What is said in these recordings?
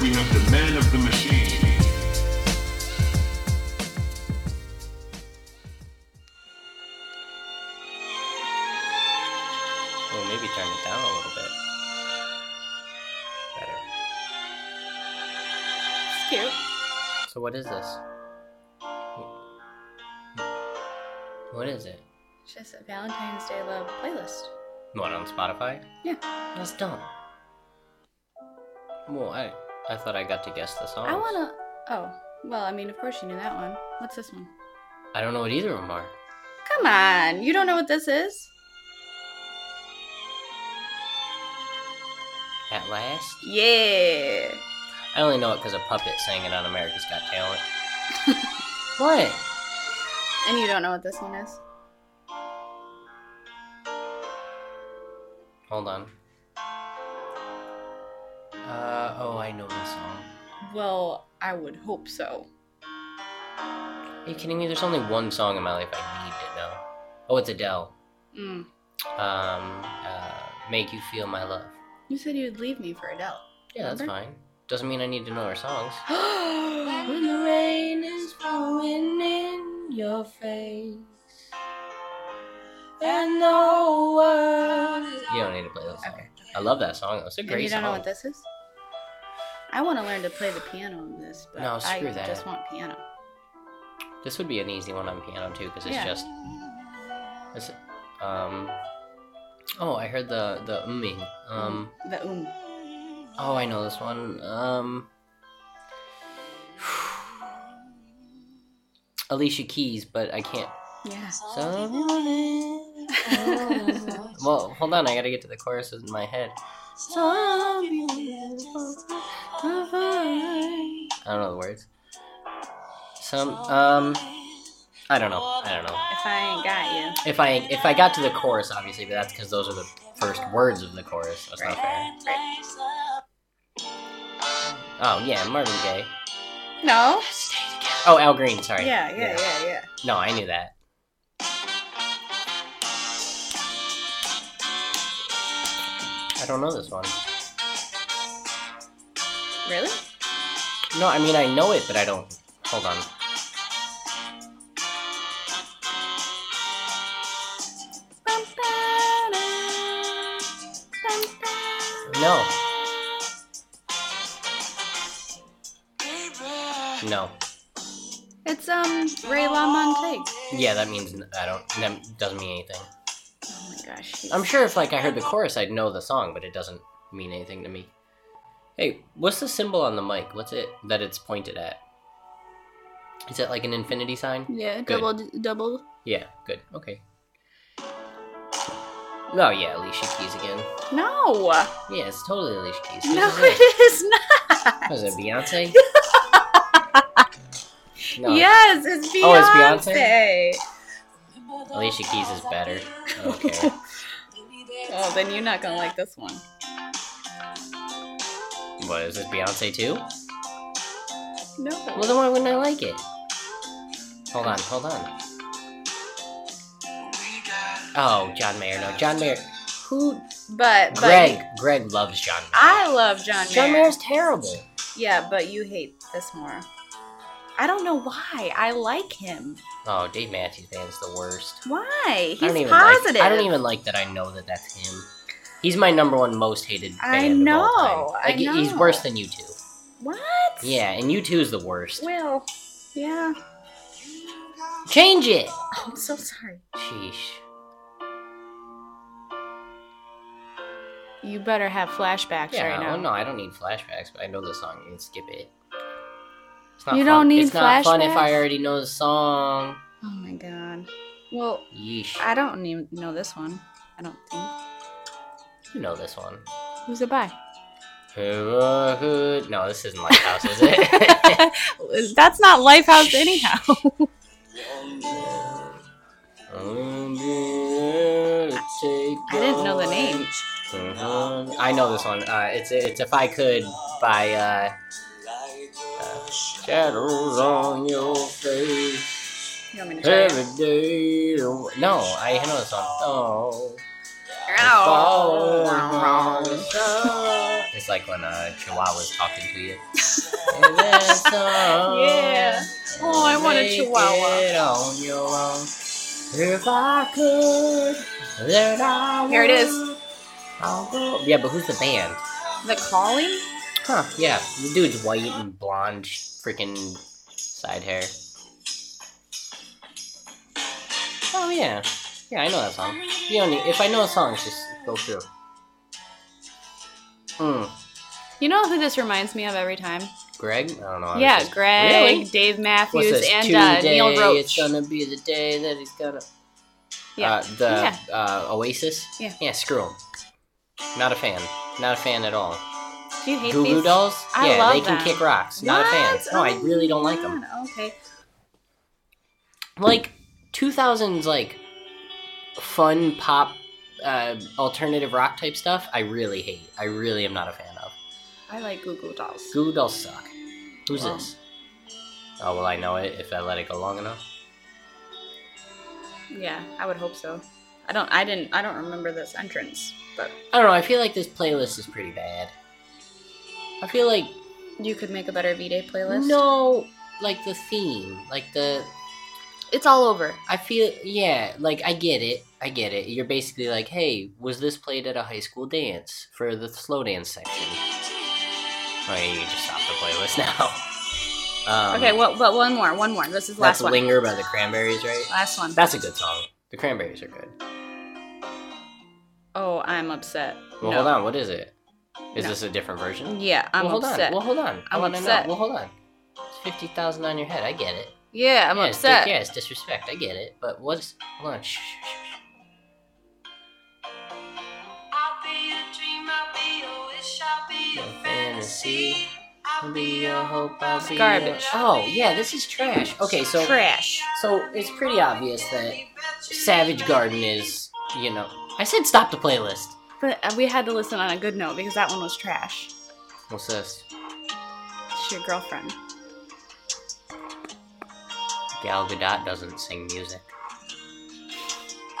we have the man of the machine. Well, maybe turn it down a little bit. Better. It's cute. So what is this? What is it? It's just a Valentine's Day love playlist. What on Spotify? Yeah. That's dumb. Well, I I thought I got to guess the song. I wanna. Oh, well, I mean, of course you knew that one. What's this one? I don't know what either of them are. Come on, you don't know what this is? At last, Yeah. I only know it because a puppet sang it on America's Got Talent. what? And you don't know what this one is? Hold on. Uh oh, I know this song. Well, I would hope so. Are you kidding me? There's only one song in my life I need to know. Oh, it's Adele. Mm. Um, uh, Make You Feel My Love. You said you'd leave me for Adele. Yeah, that's Remember? fine. Doesn't mean I need to know her songs. When the rain is blowing in your face, and no words. You don't need to play this song. Okay. I love that song. though. It's a and great you don't song. know what this is? I want to learn to play the piano in this, but No, I screw that. just want piano. This would be an easy one on piano too, because it's Yeah. just. It's, um. Oh, I heard the the umming. Um. The um. Oh, I know this one. Um. Alicia Keys, but I can't. Yeah. Oh. well, hold on. I gotta get to the chorus in my head. I don't know the words. Some um, I don't know. I don't know. If I ain't got you. If I if I got to the chorus, obviously, but that's because those are the first words of the chorus. That's not fair. Oh yeah, Marvin Gaye. No? Oh, Al Green. Sorry. Yeah, yeah, yeah, yeah. No, I knew that. I don't know this one. Really? No, I mean I know it, but I don't. Hold on. No. No. It's um Oh Ray LaMontagne. Yeah, that means n- I don't. That doesn't mean anything. Oh my gosh. he's- I'm sure if like I heard the chorus, I'd know the song, but it doesn't mean anything to me. Hey, what's the symbol on the mic? What's it that it's pointed at? Is it like an infinity sign? Yeah, Good. double double. Yeah. Good. Okay. Oh yeah, Alicia Keys again. No. Yeah, it's totally Alicia Keys. No, isn't it? it is not. Was it Beyonce? No, Yes, it's Beyonce. Oh, it's Beyonce? Alicia Keys is better. I don't care. Oh, then you're not gonna like this one. What is this Beyonce too? No. Well, then why wouldn't I like it? Hold on, hold on. Oh, John Mayer. No, John Mayer. Who? But but Greg. Greg loves John Mayer. I love John Mayer. John Mayer's terrible. Yeah, but you hate this more. I don't know why. I like him. Oh, Dave Matthews Band's the worst. Why? He's I don't even positive. Like, I don't even like that I know that that's him. He's my number one most hated band I of all know, time. I Like, He's know. worse than you two. What? Yeah, and you two's the worst. Well, yeah. Change it. Oh, I'm so sorry. Sheesh. You better have flashbacks Yeah, right now. well, no, I don't need flashbacks, but I know the song. You can skip it. It's not You fun. don't need It's not fun if I flashbacks? already know the song. Oh my god. Well, Yeesh. I don't even know this one. I don't think. You know this one. Who's it by? No, this isn't Lighthouse, is it? That's not Lifehouse anyhow. I didn't know the name. I know this one. Uh, it's it's if I could by uh, uh, shadows on your face. You want me to try it? Every day. No, I know this song. Oh. Ow. It's It's like when a chihuahua's talking to you. And that's all. Yeah. Oh, I want a Make chihuahua. it on your own. If I could, then I Here it is. would. I'll go. Yeah, but who's the band? The calling? Huh? Yeah, the dude's white and blonde, freaking side hair. Oh yeah, yeah, I know that song. You only if I know a song, it's just go through. Hmm. You know who this reminds me of every time? Greg? I don't know. I was yeah, just- Greg, Really? Dave What's Matthews, this? and uh, Today Neil It's Roach. gonna be the day that he's gonna. Yeah. Uh, the Yeah. Uh, Oasis. Yeah. Yeah. Screw 'em. Not a fan. Not a fan at all. Do you hate Goo Goo these? Dolls. I yeah, love they can them. kick rocks. Not a fan. What? No, I Oh really don't my like them. God, Okay. Like 2000s, like fun pop, uh, alternative rock type stuff. I really hate. I really am not a fan of. I like Goo Goo Dolls. Goo Goo Dolls suck. Who's Wow. this? Oh well, I know it if I let it go long enough. Yeah, I would hope so. I don't. I didn't. I don't remember this entrance, but I don't know. I feel like this playlist is pretty bad. I feel like you could make a better V Day playlist. no, like the theme, like the it's all over. I feel yeah, like I get it, I get it. You're basically like, hey, was this played at a high school dance for the slow dance section? Oh yeah, you can just stop the playlist now. Um, okay, well, but one more. One more. This is that's last one. "Linger" by the Cranberries, right? Last one. That's a good song. The Cranberries are good. Oh, I'm upset. Well, no. hold on. What is it? Is No. this a different version? Yeah, I'm well, hold upset. on. Well, hold on. I I'm want to know. upset. Well, hold on. It's fifty thousand on your head. I get it. yeah, I'm Yeah, it's- upset. yeah, it's disrespect. I get it. But what's hold on? Shh, shh, shh, shh. I'll be a dream, I'll be a wish, I'll be Your a fantasy. fantasy. I'll be a hope, I'll be Garbage. a Oh yeah, this is trash. Okay, so Trash. so it's pretty obvious that Savage Garden is you know I said stop the playlist. But uh, we had to listen on a good note because that one was trash. What's this? It's your girlfriend. Gal Gadot doesn't sing music.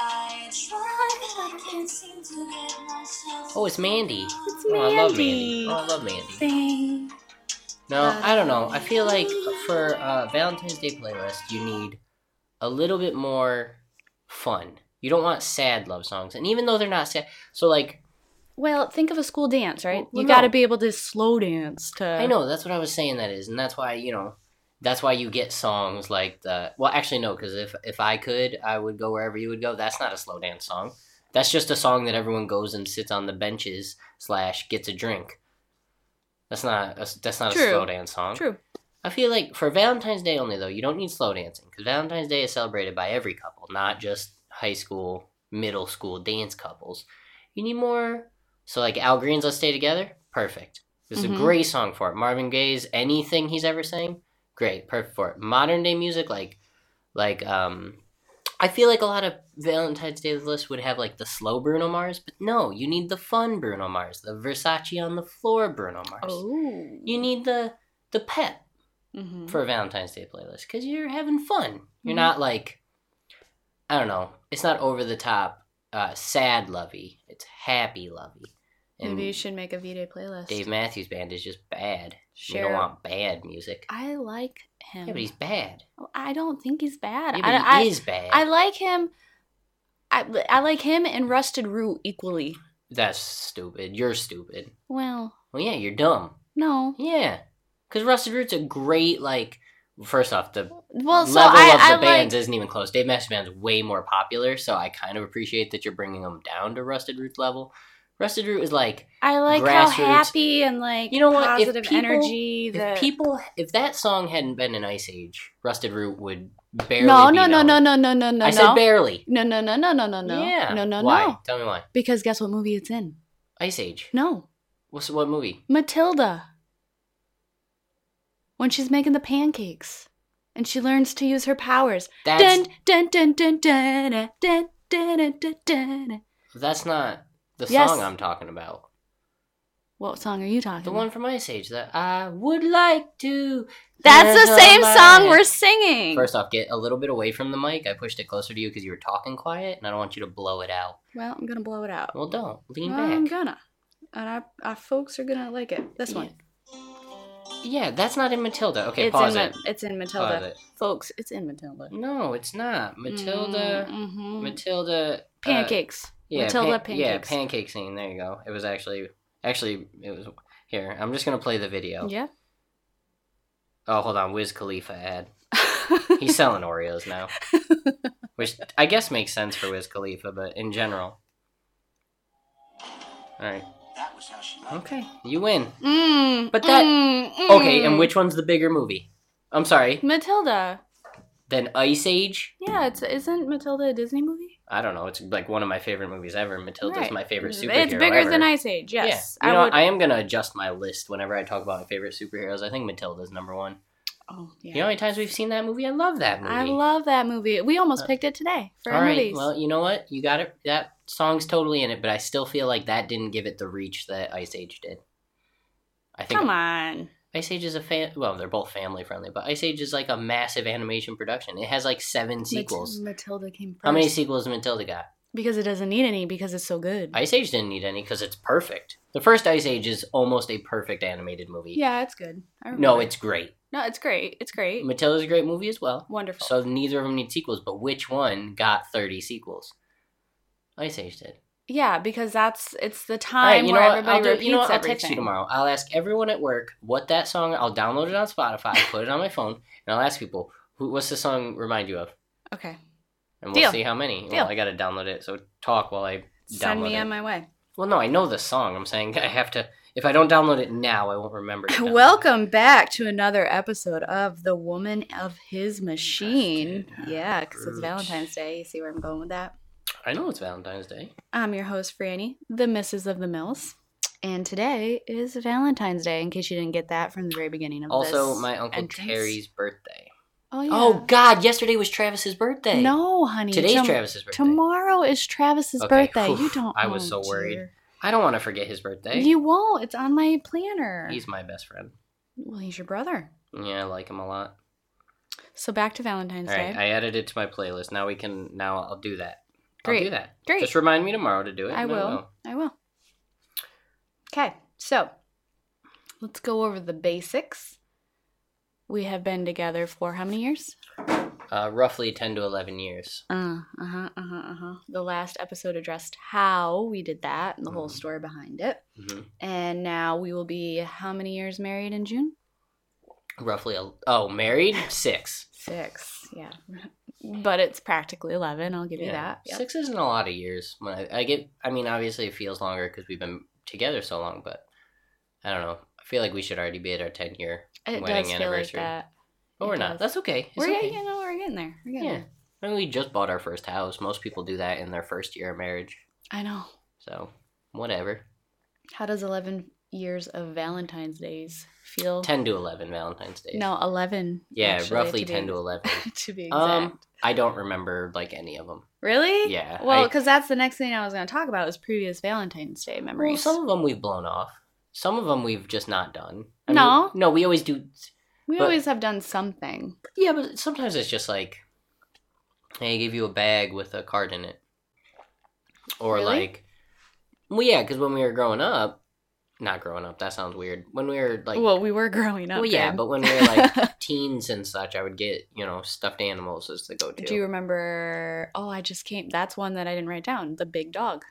I try, but I can't seem to get myself. Oh, it's Mandy. It's Oh, I love Mandy. Mandy. Oh, I love Mandy. Thing. No, I don't know. I feel like for a Valentine's Day playlist, you need a little bit more fun. You don't want sad love songs, and even though they're not sad, so like Well, think of a school dance, right? Well, you no. got to be able to slow dance to. I know that's what I was saying. That is, and that's why you know, that's why you get songs like the. Well, actually, no, because if if I could, I would go wherever you would go. That's not a slow dance song. That's just a song that everyone goes and sits on the benches slash gets a drink. That's not a, that's not True. a slow dance song. True. I feel like for Valentine's Day only though, you don't need slow dancing because Valentine's Day is celebrated by every couple, not just high school, middle school dance couples. You need more. So like Al Green's "Let's Stay Together," perfect. This is Mhm. a great song for it. Marvin Gaye's anything he's ever sang, great, perfect for it. Modern day music like, like um, I feel like a lot of Valentine's Day lists would have like the slow Bruno Mars, but no, you need the fun Bruno Mars, the Versace on the floor Bruno Mars. Oh. You need the the pep hmm for a Valentine's Day playlist because you're having fun. You're Mhm. not like, I don't know, it's not over the top, uh, sad lovey. It's happy lovey. And Maybe you should make a V Day playlist. Um, Dave Matthews Band is just bad. Share. You don't want bad music. I like him. Yeah, but he's bad. I don't think he's bad. Yeah, but I, I, he is bad. I like him. I, I like him and Rusted Root equally. That's stupid. You're stupid. Well, Well, yeah, you're dumb. no. Yeah, because Rusted Root's a great like. First off, the Well, so level I, of the I like. bands isn't even close. Dave Matthews Band's way more popular, so I kind of appreciate that you're bringing them down to Rusted Roots level. Rusted Root is like I like how grassroots. happy and like You know what? If positive people- energy. That if people if that song hadn't been in Ice Age, Rusted Root would barely. no, be no, no, known. no, no, no, no, no, I no. said barely. no, no, no, no, no, no, no, Yeah. no, no, Why? no. Tell me why. Because guess what movie it's in? Ice Age. No, What's what movie? Matilda. When she's making the pancakes, and she learns to use her powers. That's Dun dun dun dun dun dun dun dun dun dun. that's not the Yes. song I'm talking about. What song are you talking? The about? one from Ice Age that I would like to. That's the There's a same light. song we're singing. First off, get a little bit away from the mic. I pushed it closer to you because you were talking quiet, and I don't want you to blow it out. well, I'm gonna blow it out. Oh, Well, don't lean Well, I'm back. gonna. and our, our folks are gonna like it. This one. Yeah, that's not in Matilda. Okay, it's pause in it. Ma- it's in Pause Matilda. it. Folks, it's in Matilda. No, it's not. Matilda. Mhm. Matilda. uh, pancakes. yeah, Matilda pan- Yeah, pancakes. pancake scene. There you go. It was actually, actually, it was here. I'm just gonna play the video. Yeah. Oh, hold on, Wiz Khalifa ad. He's selling Oreos now, which I guess makes sense for Wiz Khalifa, but in general. All right. That was how she liked Okay, you win. mm, But that- mm, mm. Okay, and which one's the bigger movie? I'm sorry. Matilda. Then Ice Age. Yeah, it's isn't Matilda a Disney movie? I don't know. It's like one of my favorite movies ever. Matilda's Right. my favorite superhero. It's bigger ever. than Ice Age. Yes, Yeah. You know, I I, would. I am gonna adjust my list whenever I talk about my favorite superheroes. I think Matilda's number one. oh, yeah. You know how many times we've seen that movie? I love that movie. I love that movie. We almost Uh, picked it today for All our right. movies. Well, you know what? You got it. That song's totally in it, but I still feel like that didn't give it the reach that Ice Age did. I think Come on. Ice Age is a fan. Well, they're both family friendly, but Ice Age is like a massive animation production. It has like seven sequels. Mat- Matilda came first. How many sequels has Matilda got? Because it doesn't need any because it's so good. Ice Age didn't need any because it's perfect. The first Ice Age is almost a perfect animated movie. yeah, it's good. I No, remember. it's great. no, it's great. It's great. Matilda's a great movie as well. Wonderful. So neither of them need sequels, but which one got 30 sequels? Ice Age did. yeah, because that's it's the All time right, you know where what? everybody I'll do, repeats you know what? I'll everything. text you tomorrow. I'll ask everyone at work what that song. I'll download it on Spotify, put it on my phone, and I'll ask people who what's the song remind you of, Okay. and we'll Deal. see how many. Deal. Well, I gotta download it. So talk while I Send download me it. on my way. well, no, I know the song. I'm saying I have to. If I don't download it now, I won't remember. to download it. Welcome back to another episode of The Woman of His Machine. Busted. Yeah, because it's Brute. Valentine's Day. You see where I'm going with that? I know it's Valentine's Day. I'm your host, Franny, the Mrs. of the Mills. And today is Valentine's Day, in case you didn't get that from the very beginning of Also, this my uncle entrance. Terry's birthday. Oh, yeah. Oh God! Yesterday was Travis's birthday. No, honey. today's tom- Travis's birthday. Tomorrow is Travis's Okay, birthday. whew, You don't. I was know, so worried. dear. I don't want to forget his birthday. You won't. It's on my planner. He's my best friend. well, he's your brother. Yeah, I like him a lot. So back to Valentine's All right, Day. I added it to my playlist. Now we can. Now I'll do that. I'll Great. do that. Great. Just remind me tomorrow to do it. I and will. I will. Okay, so let's go over the basics. We have been together for how many years? Uh, roughly ten to eleven years. Uh huh, uh huh, uh huh. The last episode addressed how we did that and the whole Mhm. story behind it. hmm And now we will be how many years married in June? Roughly. el- Oh, married six. Six, yeah. But it's practically 11, I'll give you Yeah. that. Yep. Six isn't a lot of years. When I, I get, I mean, obviously it feels longer because we've been together so long. But I don't know. I feel like we should already be at our ten year, It Wedding does feel like anniversary. that. but It we're does. not. That's okay. It's We're, okay. you know, we're getting there. We're getting Yeah. there. I mean, we just bought our first house. Most people do that in their first year of marriage. I know. So, whatever. How does 11 years of Valentine's days feel? 10 to 11 Valentine's Days. No, 11. Yeah, actually, roughly be- 10 to 11. to be exact. Um, I don't remember, like, any of them. really? Yeah. Well, I- because that's the next thing I was going to talk about was previous Valentine's Day well, memories. some of them we've blown off. Some of them we've just not done. No. no, we always do. we but- always have done something. Yeah, but sometimes it's just like, hey, I gave you a bag with a card in it. Or, Really? like, well, yeah, because when we were growing up, not growing up, that sounds weird. When we were, like, well, we were growing up. well, yeah, babe. but when we were, like, teens and such, I would get, you know, stuffed animals as the go to. Do you remember? Oh, I just came. That's one that I didn't write down. The big dog.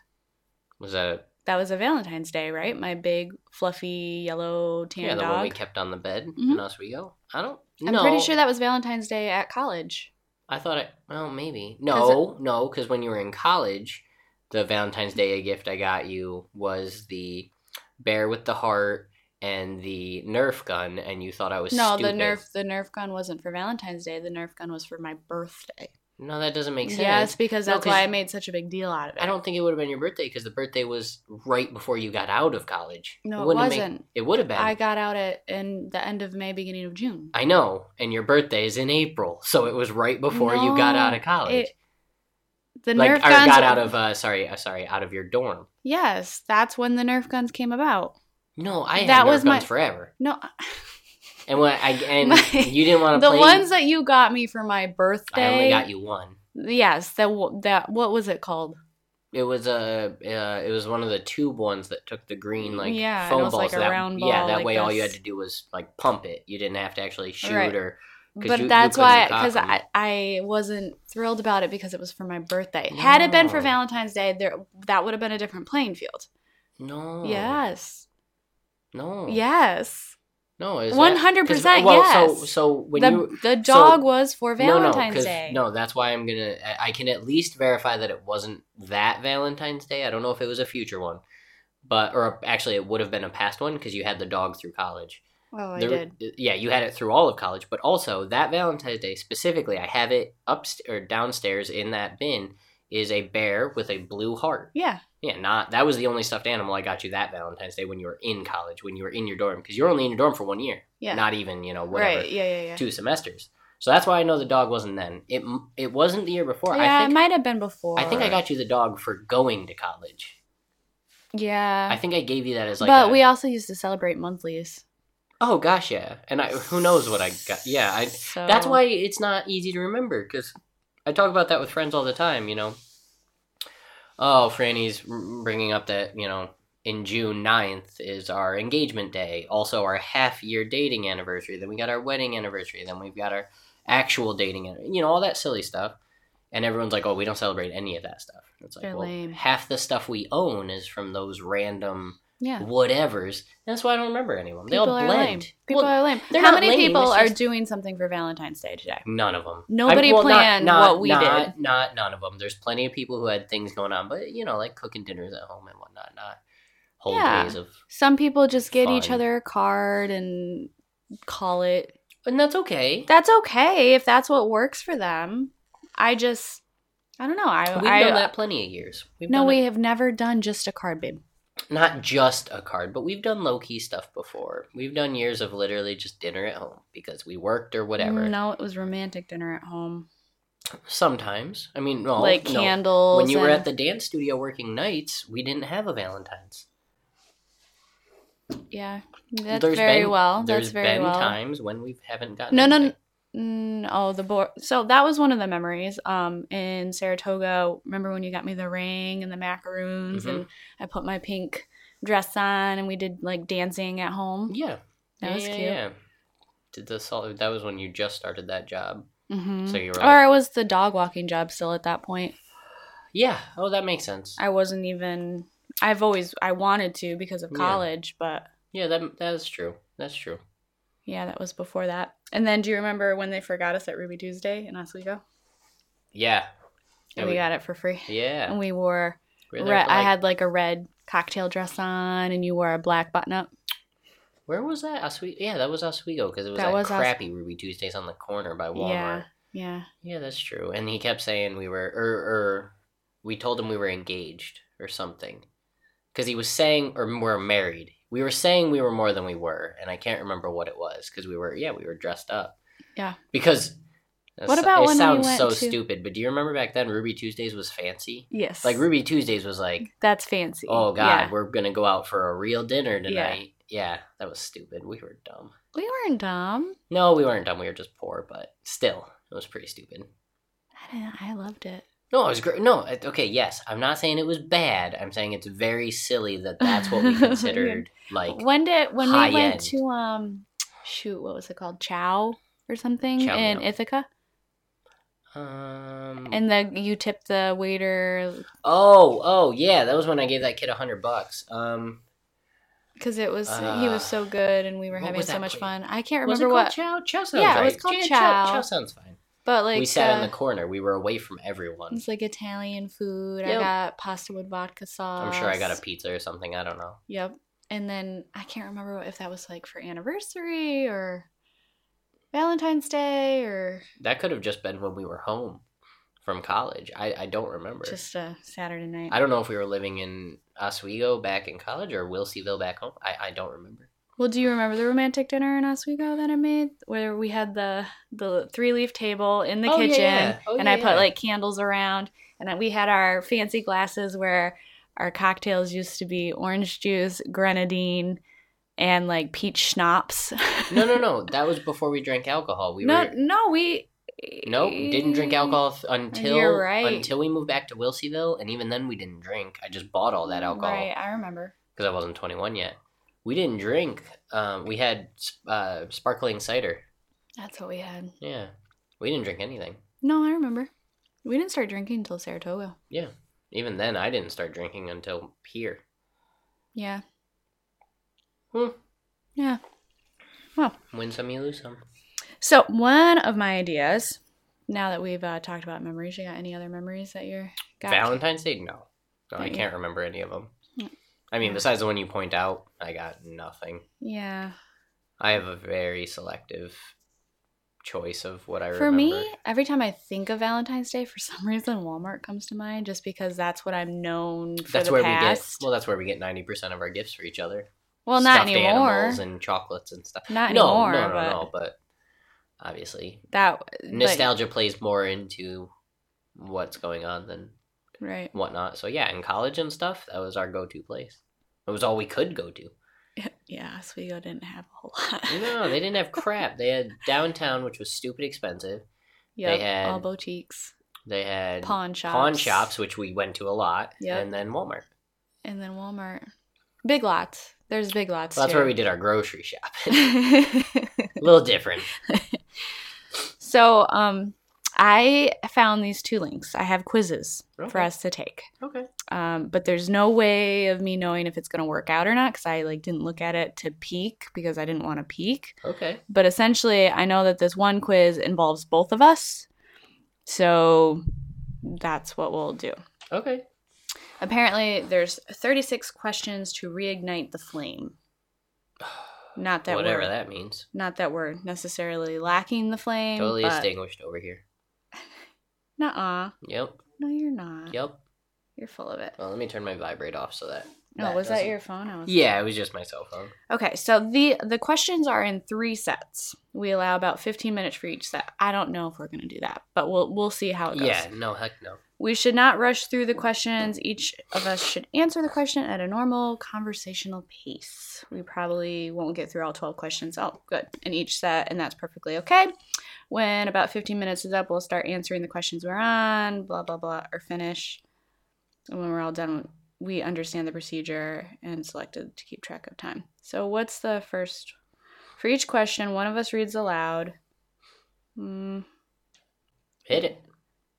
Was that a, That was a Valentine's Day, right? My big fluffy yellow tan yeah, the one we dog. kept on the bed Mhm. in Oswego? I don't I'm no. pretty sure that was Valentine's Day at college. I thought I well maybe. No, no, because when you were in college, the Valentine's Day gift I got you was the bear with the heart and the Nerf gun, and you thought I was No, stupid. the Nerf the Nerf gun wasn't for Valentine's Day. The Nerf gun was for my birthday. No, that doesn't make sense. Yes, because No, that's 'cause why I made such a big deal out of it. I don't think it would have been your birthday because the birthday was right before you got out of college. No, it wouldn't have wasn't. it would have been. I got out at in the end of May, beginning of June. I know, and your birthday is in April, so it was right before you got No, out of college. it- The like, Nerf I guns got out of uh, sorry, uh, sorry, out of your dorm. Yes, that's when the Nerf guns came about. No, I had That Nerf was my- guns forever. No, And when I and My- you didn't want to the play, ones that you got me for my birthday. I only got you one. Yes, that that what was it called? It was a uh, it was one of the tube ones that took the green like Yeah, and foam it was, balls. like, a that, round yeah, ball that like way all you had this. to do was like pump it. You didn't have to actually shoot Right. or. 'cause But you- you that's couldn't why, cock because 'em. I, I wasn't thrilled about it because it was for my birthday. Had it been for No. Valentine's Day, there that would have been a different playing field. no Yes, no yes. no is that- 100% 'cause- well, So yes. so when the, you the so- dog was for no, no, Valentine's 'cause- Day. No, that's why I'm gonna. I- I can at least verify that it wasn't that Valentine's Day. I don't know if it was a future one, but or actually, it would have been a past one because you had the dog through college. oh, I There- did. Yeah, you had it through all of college, but also that Valentine's Day specifically, I have it up or downstairs in that bin is a bear with a blue heart. Yeah, Yeah, not that was the only stuffed animal I got you that Valentine's Day when you were in college, when you were in your dorm, because you're only in your dorm for one year, yeah. not even you know whatever right. Yeah, yeah, yeah. two semesters. So that's why I know the dog wasn't then. It m- it wasn't the year before. I yeah, it think might have been before. I think I got you the dog for going to college. Yeah, I think I gave you that as like. but a- we also used to celebrate monthlies. Oh gosh, yeah. And I who knows what I got? Yeah, I. So- That's why it's not easy to remember because I talk about that with friends all the time. You know. Oh, Franny's r- bringing up that you know. In June 9th is our engagement day, also our half year dating anniversary. Then we got our wedding anniversary. Then we've got our actual dating, anniversary. you know, all that silly stuff. And everyone's like, oh, we don't celebrate any of that stuff. It's like, They're well, lame. half the stuff we own is from those random Yeah. whatevers. And that's why I don't remember any of them. They all People are lame. blend. People Well, are lame. they're How not many lame, people it's are just- doing something for Valentine's Day today? none of them. Nobody planned what we not, did. Not none of them. There's plenty of people who had things going on, but you know, like cooking dinners at home and whatnot. Not whole Yeah. days of, Some people just get each Fun. other a card and call it. and that's okay. That's okay if that's what works for them. I just, I don't know. I, We've I done that plenty of years. We've no, done we it- have never done just a card, babe. not just a card, but we've done low key stuff before. We've done years of literally just dinner at home because we worked or whatever. No, it was romantic dinner at home, Sometimes, I mean, no, like no. candles. When you were and- at the dance studio working nights, we didn't have a Valentine's. yeah, that's There's very been- well. There's That's very been well. times when we haven't gotten No, no, anything. Mm, oh, the board. So that was one of the memories. Um, in Saratoga, remember when you got me the ring and the macaroons, Mm-hmm. and I put my pink dress on, and we did like dancing at home. yeah That yeah, was yeah, cute. yeah. did the solid that was when you just started that job hmm so you were Or like, it was the dog walking job still at that point. yeah oh that makes sense I wasn't even. I've always I wanted to because of Oh, Yeah. college, but yeah that that is true that's true yeah, that was before that. And then do you remember when they forgot us at Ruby Tuesday in Oswego, yeah and we, got it for free, yeah and we wore we were there Red, for, I like- had like a red cocktail dress on, and you wore a black button up. where was that Oswego yeah that was Oswego because it was That that, was Os- crappy Ruby Tuesdays on the corner by Walmart yeah. Yeah. that's true and he kept saying we were or or we told him we were engaged or something because he was saying or we're married we were saying we were more than we were and I can't remember what it was because we were yeah we were dressed up Yeah. Because What about it when we sounds went so to- stupid, but do you remember back then Ruby Tuesdays was fancy? Yes. Like Ruby Tuesdays was like, That's fancy. oh god, Yeah. we're gonna go out for a real dinner Yeah. tonight. Yeah. that was stupid. We were dumb. We weren't dumb. No, we weren't dumb. We were just poor, but still, it was pretty stupid. I, didn't, I loved it. No, it was great. No, it- okay, yes, I'm not saying it was bad. I'm saying it's very silly that that's what we considered like when did when we high went end. to um, shoot, what was it called? Chow or something Chow in Yum. Ithaca, um and the you tipped the waiter oh oh yeah that was when I gave that kid a hundred bucks um because it was he was so good, and we were Uh, what having was so that much place? fun. I can't was it remember called what, Chow Chow sounds Yeah, it was right. called Chow. Chow sounds fine but like we sat uh, in the corner. We were away from everyone. It's like Italian food. I Yep. got pasta with vodka sauce. I'm sure I got a pizza or something. I don't know. Yep. And then I can't remember what- if that was like for anniversary or Valentine's Day or That could have just been when we were home from college. I, I don't remember. just a Saturday night. I don't know if we were living in Oswego back in college or Wilseyville back home. I, I don't remember. well, do you remember the romantic dinner in Oswego that I made where we had the the three leaf table in the Oh, yeah, kitchen yeah. Oh, and yeah, I put yeah. like candles around and then we had our fancy glasses where our cocktails used to be orange juice, grenadine, and like peach schnapps. No, no, no. that was before we drank alcohol. We no, were no, we Nope, didn't drink alcohol f- until You're right. until we moved back to Wilseyville, and even then we didn't drink. I just bought all that alcohol Right, I remember. because I wasn't 21 yet. We didn't drink. Um, we had uh, sparkling cider. That's what we had. Yeah, we didn't drink anything. No, I remember. We didn't start drinking until Saratoga. Even then, I didn't start drinking until here. Yeah. Hmm. Yeah. Win some, you lose some. So one of my ideas, now that we've uh, talked about memories, you got any other memories that you're got? Valentine's Day? No, no, I Yeah. can't remember any of them. Yeah. I mean, besides the one you point out, I got nothing. Yeah. I have a very selective choice of what I For remember. me, every time I think of Valentine's Day, for some reason Walmart comes to mind, just because that's what I'm known for that's the where past. we get well. That's where we get ninety percent of our gifts for each other. well, not Stuffed anymore. Animals and chocolates and stuff. Not no, anymore. no, no, but no. But obviously, that but- nostalgia plays more into what's going on than right? whatnot. So yeah, in college and stuff, that was our go-to place. It was all we could go to. Yeah, Oswego didn't have a whole lot. No, they didn't have crap. They had downtown, which was stupid expensive. yep, had all boutiques, They had pawn shops, pawn shops, which we went to a lot, Yep. and then Walmart. and then Walmart, Big Lots. There's Big Lots. So that's too. where we did our grocery shopping. we. a little different. so, um, I found these two links. I have quizzes for Okay. us to take. Okay. um, but there's no way of me knowing if it's going to work out or not because I like didn't look at it to peek because I didn't want to peek. Okay. But essentially, I know that this one quiz involves both of us, so that's what we'll do. Okay. Apparently, there's 36 questions to reignite the flame. Not that Whatever we're, that means. Not that we're necessarily lacking the flame. Totally but, extinguished over here. Nuh-uh. Yep. No, you're not. Yep. You're full of it. Well, let me turn my vibrate off so that. No, was that doesn't- your phone? I was Yeah, it was just my cell phone. Okay, so the the questions are in three sets. We allow about 15 minutes for each set. I don't know if we're going to do that, but we'll we'll see how it goes. Yeah. No. Heck no. We should not rush through the questions. Each of us should answer the question at a normal conversational pace. We probably won't get through all 12 questions. Oh, good. In each set, and that's perfectly okay. When about 15 minutes is up, we'll start answering the questions we're on, blah blah blah, or finish. And when we're all done, we understand the procedure and selected to keep track of time. So, what's the first? For each question, one of us reads aloud. Hmm. Hit it.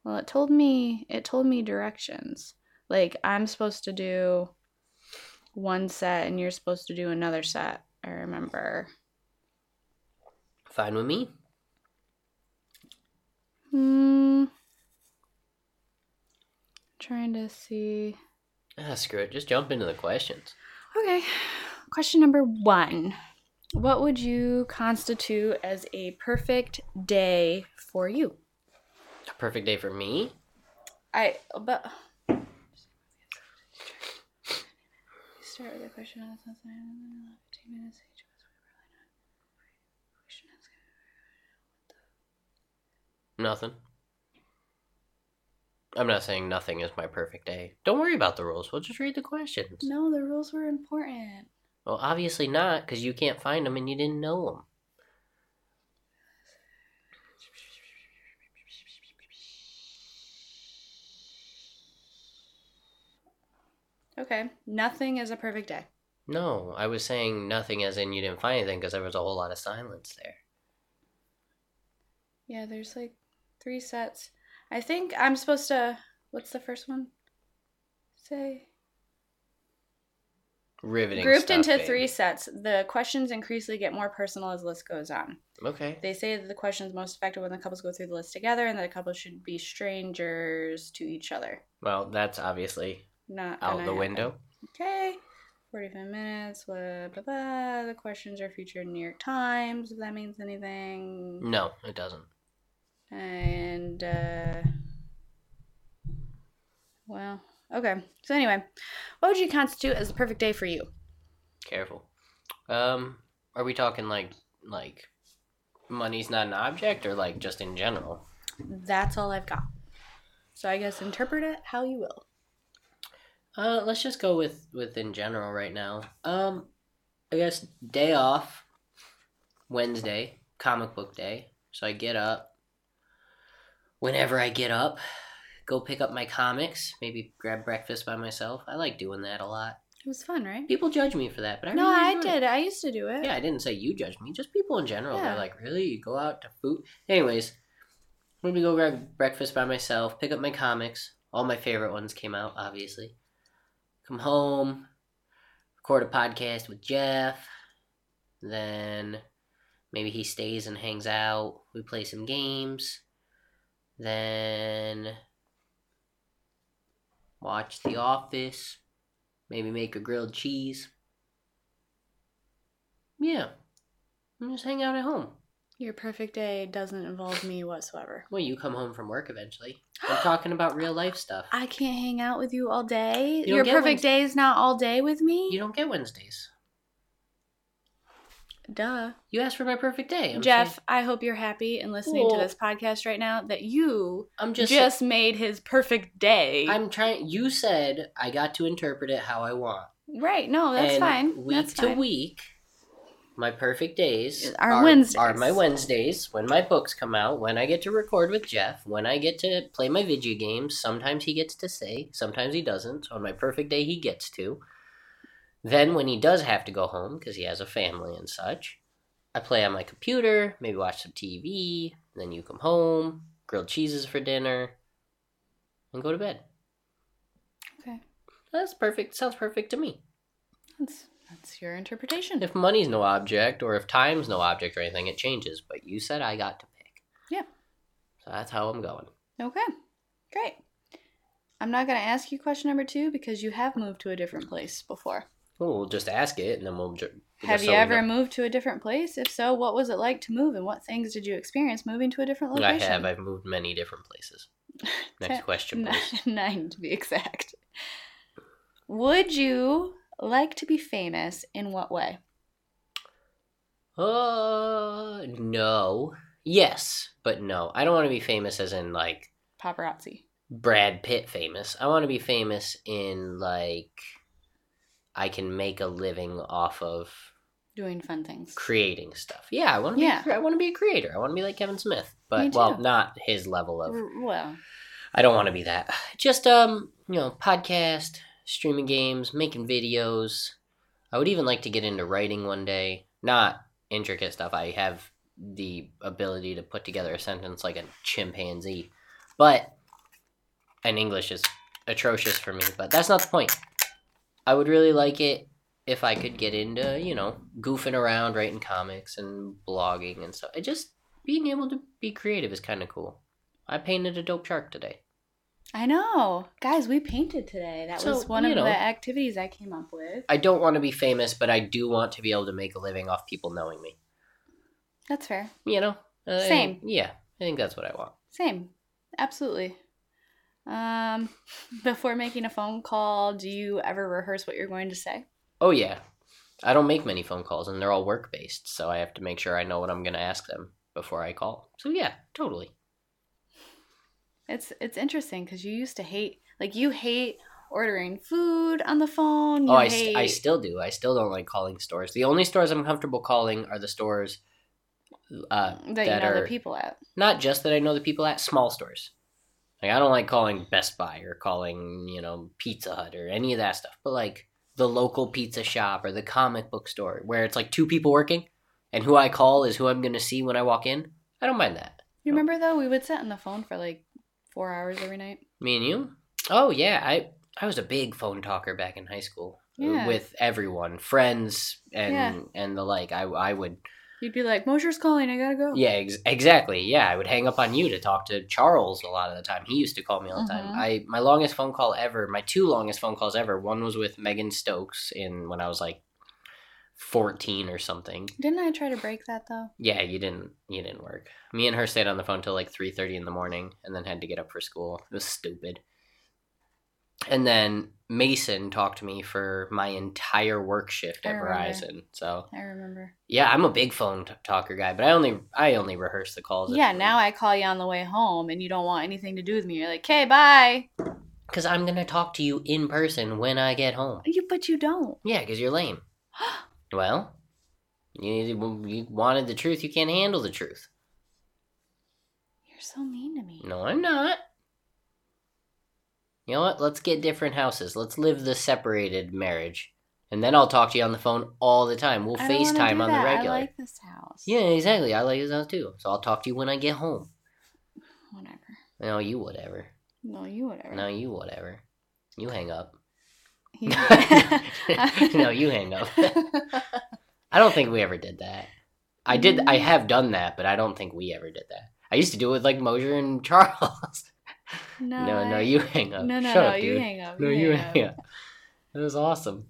Well, it told me it told me directions. Like I'm supposed to do one set and you're supposed to do another set. I remember. Fine with me. Hmm. Trying to see. Ah, screw it. Just jump into the questions. Okay. Question number 1. What would you constitute as a perfect day for you? A perfect day for me. I but start with a question on the sunset and then fifteen minutes each of us would probably not question is Nothing. I'm not saying nothing is my perfect day. Don't worry about the rules. We'll just read the questions. gonna- No, the rules were important. Well, obviously not, because you can't find them and you didn't know them. Okay. Nothing is a perfect day. No, I was saying nothing as in you didn't find anything because there was a whole lot of silence there. Yeah, there's like three sets. I think I'm supposed to what's the first one? Say Riveting. grouped stuff, into babe. three sets. The questions increasingly get more personal as the list goes on. Okay. They say that the question is most effective when the couples go through the list together and that a couple should be strangers to each other. Well, that's obviously Not out gonna the happen. window. Okay. 45 minutes, blah, blah, blah. The questions are featured in New York Times, if that means anything. No, it doesn't. And, uh, well, okay. So, anyway, what would you constitute as the perfect day for you? Careful. Um, are we talking like like money's not an object or like just in general? That's all I've got. So, I guess interpret it how you will. Uh, let's just go with with in general right now. Um, I guess day off, Wednesday, comic book day. So I get up, whenever I get up, go pick up my comics, maybe grab breakfast by myself. I like doing that a lot. It was fun, right? People judge me for that, but I no, really I enjoy it. did. I used to do it. Yeah, I didn't say you judge me, just people in general. Yeah. They're like, really? You go out to food? Anyways, I'm gonna go grab breakfast by myself, pick up my comics. All my favorite ones came out, obviously. Come home, record a podcast with Jeff. Then maybe he stays and hangs out. We play some games. Then watch The Office. Maybe make a grilled cheese. Yeah. And just hang out at home. Your perfect day doesn't involve me whatsoever. Well, you come home from work eventually. I'm talking about real life stuff. I can't hang out with you all day. don't Your get perfect Wednes- day is not all day with me. You don't get Wednesdays. Duh. You asked for my perfect day. I'm Jeff, saying- I hope you're happy and listening Well- to this podcast right now that you I'm just. just, made his perfect day. I'm trying. You said I got to interpret it how I want. right. No, that's And fine. Week that's to fine. week, my perfect days Are Wednesdays. Are my Wednesdays when my books come out, when I get to record with Jeff, when I get to play my video games. Sometimes he gets to say, sometimes he doesn't. So on my perfect day, he gets to. Then when he does have to go home because he has a family and such, I play on my computer, maybe watch some TV. Then you come home, grilled cheeses for dinner, and go to bed. Okay. That's perfect. Sounds perfect to me. That's, that's your interpretation. If money's no object or if time's no object or anything, it changes. But you said I got to pick. Yeah. So that's how I'm going. Okay. Great. I'm not going to ask you question number two because you have moved to a different place before. Well, we'll just ask it and then we'll. Ju- Have just you so we ever know. moved to a different place? If so, what was it like to move and what things did you experience moving to a different I location? have. I've moved many different places. Next Ten- question, Nine, please. nine to be exact. Would you like to be famous in what way? Uh, no. Yes, but no. I don't want to be famous as in like Paparazzi. Brad Pitt famous. I want to be famous in like I can make a living off of Doing fun things. creating stuff. Yeah, I want to Yeah. be. I want to be a creator. I want to be like Kevin Smith, Me but too. well, not his level of. R- Well, I don't want to be that. Just um, you know, podcast, streaming games, making videos. I would even like to get into writing one day. Not intricate stuff. I have the ability to put together a sentence like a chimpanzee, but and English is atrocious for me. But that's not the point. I would really like it if I could get into, you know, goofing around, writing comics and blogging and stuff. It just being able to be creative is kind of cool. I painted a dope shark today. I know. Guys, we painted today. That So, was one you of know. the activities I came up with. I don't want to be famous, but I do want to be able to make a living off people knowing me. That's fair. You know? I- Same. yeah, I think that's what I want. Same. Absolutely. Um, before making a phone call, do you ever rehearse what you're going to say? Oh, yeah. I don't make many phone calls, and they're all work based, so I have to make sure I know what I'm going to ask them before I call. So, yeah, totally. It's it's interesting because you used to hate like you hate ordering food on the phone. You Oh, I, hate, st- I still do. I still don't like calling stores. The only stores I'm comfortable calling are the stores uh, that, that, you know are the people at. not just that I know the people at small stores. Like I don't like calling Best Buy or calling you know Pizza Hut or any of that stuff, but like the local pizza shop or the comic book store where it's like two people working, and who I call is who I'm gonna see when I walk in. I don't mind that. You remember though, we would sit on the phone for like four hours every night. Me and you? Oh yeah, I I was a big phone talker back in high school uh, Yeah. with everyone, friends and Yeah. and the like. I I would You'd be like, "Mosher's calling. I gotta go." Yeah, ex- exactly. Yeah, I would hang up on you to talk to Charles a lot of the time. He used to call me all the Mhm. time. I my longest phone call ever, my two longest phone calls ever. One was with Megan Stokes in when I was like fourteen or something. Didn't I try to break that though? Yeah, you didn't you didn't work. Me and her stayed on the phone till like three thirty in the morning, and then had to get up for school. It was stupid. And then Mason talked to me for my entire work shift I at remember. Verizon. So I remember. yeah, I'm a big phone t- talker guy, but I only I only rehearse the calls. Yeah, now I call you on the way home, and you don't want anything to do with me. You're like, "Okay, bye." Because I'm going to talk to you in person when I get home. You but you don't. Yeah, because you're lame. Well, you, you wanted the truth, you can't handle the truth. You're You're so mean to me. No, I'm not. You know what? Let's get different houses. Let's live the separated marriage. And then I'll talk to you on the phone all the time. We'll I don't wanna FaceTime do on that. the regular. I like this house. Yeah, exactly. I like his house too. So I'll talk to you when I get home. Whatever. No, you whatever. No, you whatever. No, you whatever. You hang up. You- no, you hang up. I don't think we ever did that. I did. Mm. I have done that, but I don't think we ever did that. I used to do it with like Mosier and Charles. no, No, no, I- you hang up. No, no, Uh, Shut no. up, you dude. hang up. no, you hang up. hang up. That was awesome.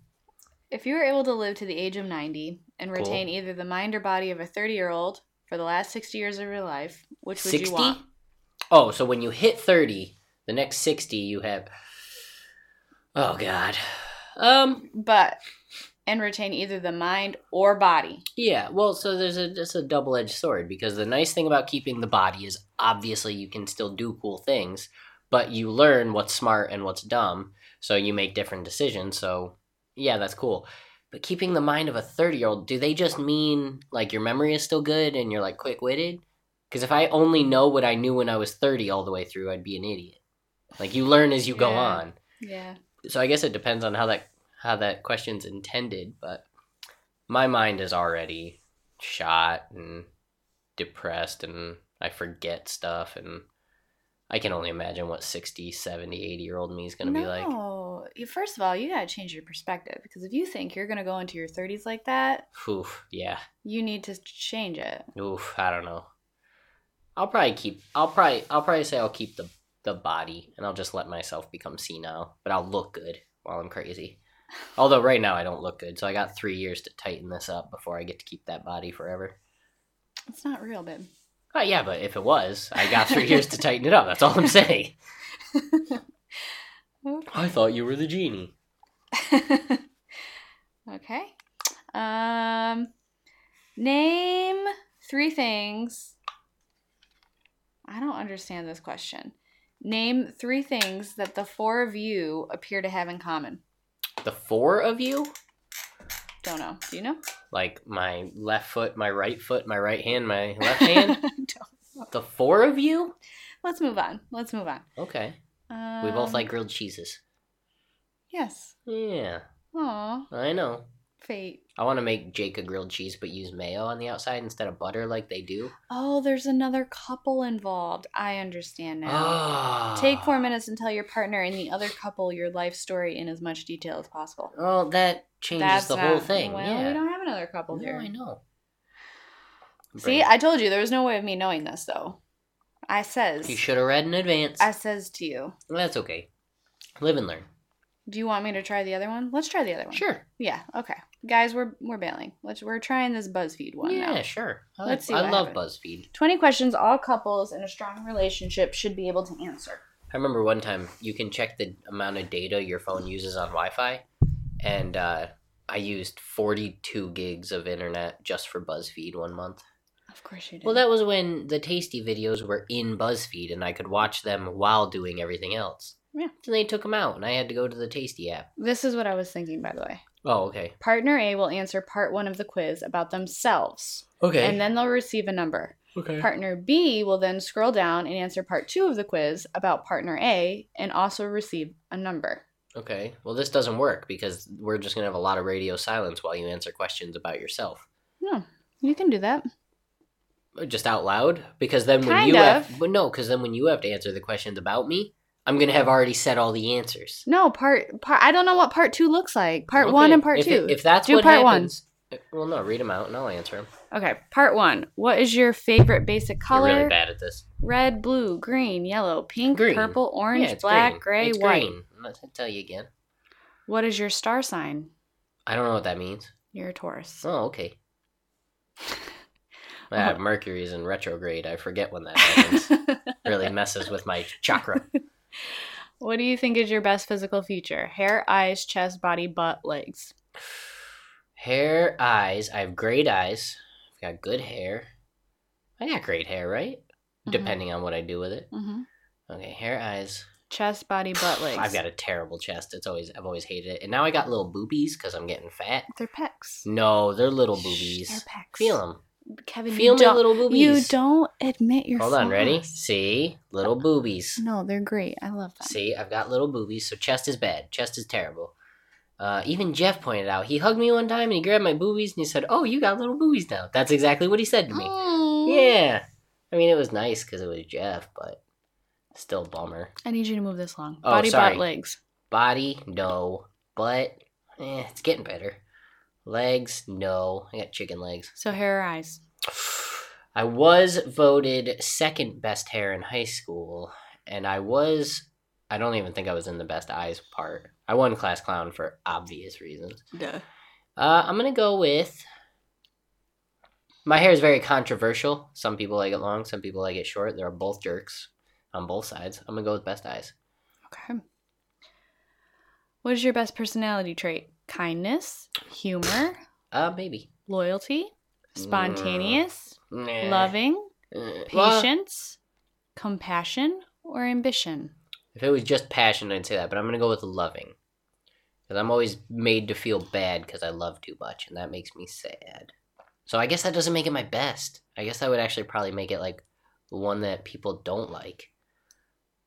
If you were able to live to the age of 90 and retain Cool. either the mind or body of a 30 year old for the last 60 years of your life, which would you want? Oh, so when you hit thirty, the next sixty, you have. Oh God. Um. But, and retain either the mind or body. Yeah, well, so there's a it's a double edged sword because the nice thing about keeping the body is obviously you can still do cool things, but you learn what's smart and what's dumb, so you make different decisions. So yeah, that's cool. But keeping the mind of a thirty year old, do they just mean like your memory is still good and you're like quick witted? Because if I only know what I knew when I was thirty all the way through, I'd be an idiot. Like you learn as you go Yeah. on Yeah. so I guess it depends on how that how that question's intended, but my mind is already shot and depressed and I forget stuff and I can only imagine what 60, 70, 80 year old me is going to be like. no. You- First of all, you got to change your perspective because if you think you're going to go into your 30s like that, Oof, yeah. you need to change it. Oof, I don't know. I'll probably keep I'll probably I'll probably say I'll keep the the body and I'll just let myself become senile, but I'll look good while I'm crazy. Although right now I don't look good, so I got 3 years to tighten this up before I get to keep that body forever. It's not real, babe. Oh yeah, but if it was, I got three years to tighten it up. That's all I'm saying. I thought you were the genie. okay. Um, name three things. I don't understand this question. Name three things that the four of you appear to have in common. The four of you? Don't know. Do you know? Like my left foot, my right foot, my right hand, my left hand? the four of you? Let's move on. Let's move on. Okay. Um, we both like grilled cheeses. Yes. Yeah, Aw, I know. fate. I want to make Jake a grilled cheese but use mayo on the outside instead of butter like they do. Oh, there's another couple involved. I understand now. Ah. Take four minutes and tell your partner and the other couple your life story in as much detail as possible. Oh, that changes the whole not- thing. Well, yeah. we don't have another couple No, here. I know. See, I told you there was no way of me knowing this though. I You says should have read in advance. I says to you, That's okay. Live and learn. do you want me to try the other one? Let's try the other one. Sure. Yeah. Okay, guys, we're we're bailing. Let's we're trying this BuzzFeed one yeah, now. sure. I, Let's see I what love happens. BuzzFeed. Twenty questions all couples in a strong relationship should be able to answer. I remember one time you can check the amount of data your phone uses on Wi Fi, and uh, I used 42 gigs of internet just for BuzzFeed one month. Of course you do. Well, that was when the tasty videos were in BuzzFeed, and I could watch them while doing everything else. Yeah. Then they took them out, and I had to go to the tasty app. this is what I was thinking, by the way. Oh, okay. Partner A will answer part one of the quiz about themselves, Okay. and then they'll receive a number. okay. Partner B will then scroll down and answer part two of the quiz about partner A and also receive a number. Okay. Well, this doesn't work because we're just going to have a lot of radio silence while you answer questions about yourself. You can do that. just out loud because then when Kind you of. have but no because then when you have to answer the questions about me i'm gonna have already said all the answers No, part part I don't know what part 2 looks like. Part Okay, 1 and part if 2. it- if that's Do what part one. happens one. well no read them out and i'll answer them okay, part 1. What is your favorite basic color? you're really bad at this Red, blue, green, yellow, pink, Green. purple, orange, yeah, it's black, green. gray, It's white. green. i'm not gonna tell you again What is your star sign? i don't know what that means You're a Taurus. oh okay Uh-huh. ah, mercury's in retrograde i forget when that happens really messes with my chakra what do you think is your best physical feature? Hair, eyes, chest, body, butt, legs. hair eyes i have great eyes i've got good hair i got great hair right Mm-hmm. depending on what i do with it Mhm. Mhm. Okay, hair, eyes. Chest, body, butt, legs. I've got a terrible chest. It's always I've always hated it, and now I got little boobies because I'm getting fat. They're pecs. No, they're little Shh, boobies. they're pecs. Feel them. Kevin, Feel you me, don't, little boobies. you don't admit your Hold on, ready? flaws. See, little boobies. No, they're great. I love them. See, I've got little boobies, so chest is bad. Chest is terrible. Uh, even Jeff pointed out he hugged me one time and he grabbed my boobies and he said, "Oh, you got little boobies now." That's exactly what he said to me. Yeah, I mean it was nice because it was Jeff, but still bummer. I need you to move this long. Oh, Body, sorry. butt, legs. Body, no. Butt, eh, it's getting better. Legs, no. I got chicken legs. So hair or eyes. I was voted second best hair in high school, and I was. I don't even think I was in the best eyes part. I won class clown for obvious reasons. Duh. Uh, I'm gonna go with. My hair is very controversial. Some people like it long, some people like it short. There are both jerks on both sides. I'm gonna go with best eyes. Okay. What is your best personality trait? Kindness, humor, Uh, maybe. loyalty, spontaneous, Nah. loving, Uh, Mm. well, patience, compassion, or ambition? If it was just passion, I'd say that, but I'm gonna go with loving, because I'm always made to feel bad because I love too much, and that makes me sad. So I guess that doesn't make it my best. I guess that would actually probably make it like one that people don't like.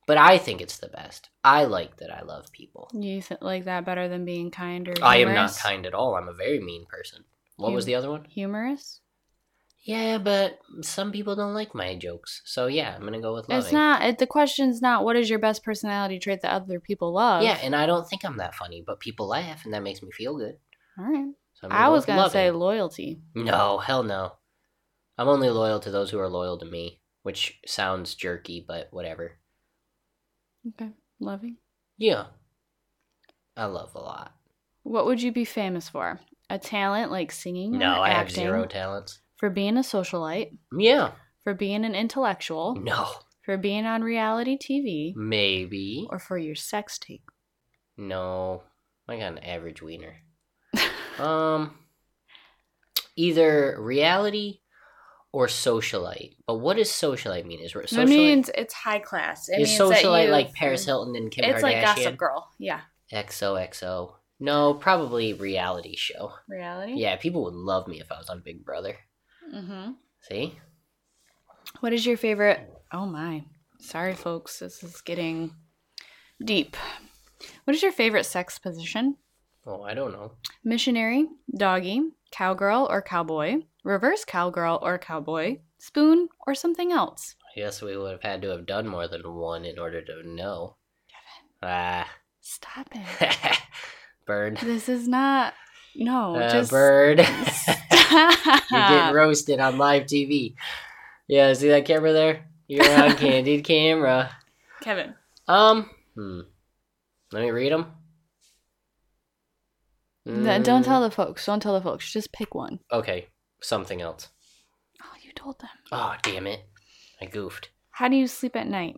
But I think it's the best. I like that I love people. Do you th- like that better than being kind or humorous? I am not kind at all. I'm a very mean person. What was You- the other one? Humorous? Yeah, but some people don't like my jokes. So yeah, I'm gonna go with loving. It's not. It, the question's not what is your best personality trait that other people love. Yeah, and I don't think I'm that funny, but people laugh, and that makes me feel good. All right. So I'm I go was with gonna loving. say loyalty. No, hell no. I'm only loyal to those who are loyal to me, which sounds jerky, but whatever. Okay. Loving. Yeah. I love a lot. What would you be famous for? A talent like singing? No, or I have acting, zero talents. For being a socialite, Yeah. for being an intellectual, No. Mm. for being on reality TV, Maybe. or for your sex tape. No. I got an average wiener. um either reality or socialite. But what does socialite mean? Is re- socialite That means it's high class. It is means that socialite you- like Paris Hilton and Kim It's Kardashian? like Gossip Girl. Yeah. XOXO. No, probably reality show. Reality. Yeah, people would love me if I was on Big Brother. Mm-hmm. See? What is your favorite? Oh my. Sorry, folks. This is getting deep. What is your favorite sex position? Oh, I don't know. Missionary, doggy, cowgirl or cowboy, reverse cowgirl or cowboy, spoon or something else. I guess we would have had to have done more than one in order to know. Ah. Stop it. bird. This is not. No, Uh, just. bird. Stop. You're getting roasted on live TV. Yeah, see that camera there? You're on candid camera. Kevin. Um, hmm. Let me read them. Mm. No, don't tell the folks. Don't tell the folks. Just pick one. Okay, something else. Oh, you told them. Oh, damn it. I goofed. How do you sleep at night?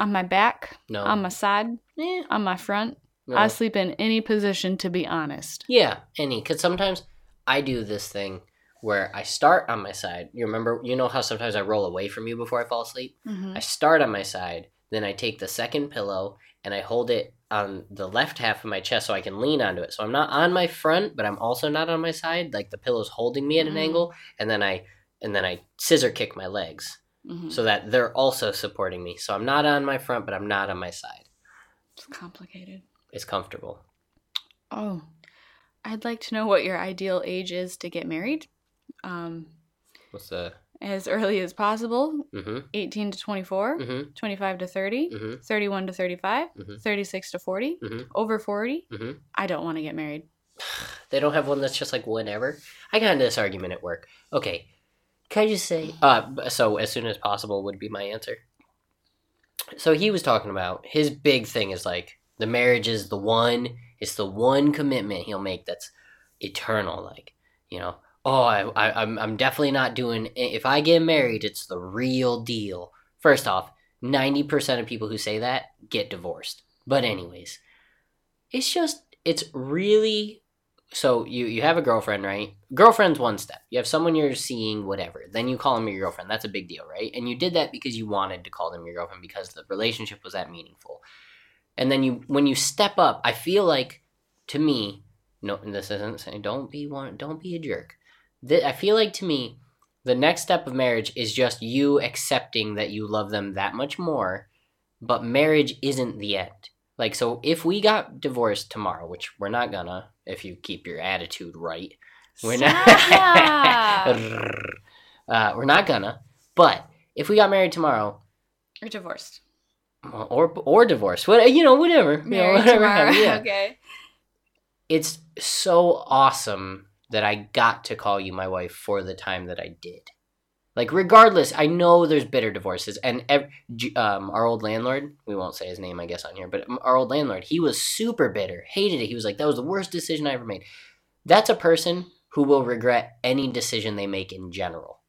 On my back, No. on my side, Eh, on my front, no. I sleep in any position, to be honest. Yeah, any. Because sometimes I do this thing where I start on my side. You remember, you know how sometimes I roll away from you before I fall asleep? Mm-hmm. I start on my side, then I take the second pillow and I hold it on the left half of my chest so I can lean onto it. So I'm not on my front, but I'm also not on my side. Like the pillow's holding me at an Mm. angle, and then I and then I scissor kick my legs Mhm. so that they're also supporting me. So I'm not on my front, but I'm not on my side. It's complicated. It's comfortable. Oh, I'd like to know what your ideal age is to get married. Um, What's the? as early as possible Mm-hmm. 18 to 24, Mm-hmm. 25 to 30, Mm-hmm. 31 to 35, Mhm. 36 to 40, Mhm. over 40. Mm-hmm. I don't want to get married. They don't have one that's just like whenever. I got into this argument at work. Okay, can I just say? Uh, b- so as soon as possible would be my answer. So he was talking about his big thing is like the marriage is the one. It's the one commitment he'll make that's eternal. Like you know, oh, I, I I'm I'm definitely not doing. If I get married, it's the real deal. First off, ninety percent of people who say that get divorced. But anyways, it's just it's really so you you have a girlfriend, right? Girlfriend's one step. You have someone you're seeing, whatever. Then you call them your girlfriend. That's a big deal, right? And you did that because you wanted to call them your girlfriend because the relationship was that meaningful. And then you when you step up, I feel like to me, no, and this isn't saying don't be one, don't be a jerk. Th- I feel like to me, the next step of marriage is just you accepting that you love them that much more, but marriage isn't the end. Like, so if we got divorced tomorrow, which we're not gonna, if you keep your attitude right, we're Stop. not. uh, we're not gonna. But if we got married tomorrow, You're divorced. or or divorced, what you know, whatever, you know, Married whatever tomorrow. happens, yeah. Okay. It's so awesome that I got to call you my wife for the time that I did. Like, regardless, I know there's bitter divorces, and ev- J- um, our old landlord, we won't say his name, I guess, on here, but um, our old landlord, he was super bitter, hated it. He was like, "That was the worst decision I ever made." That's a person who will regret any decision they make in general.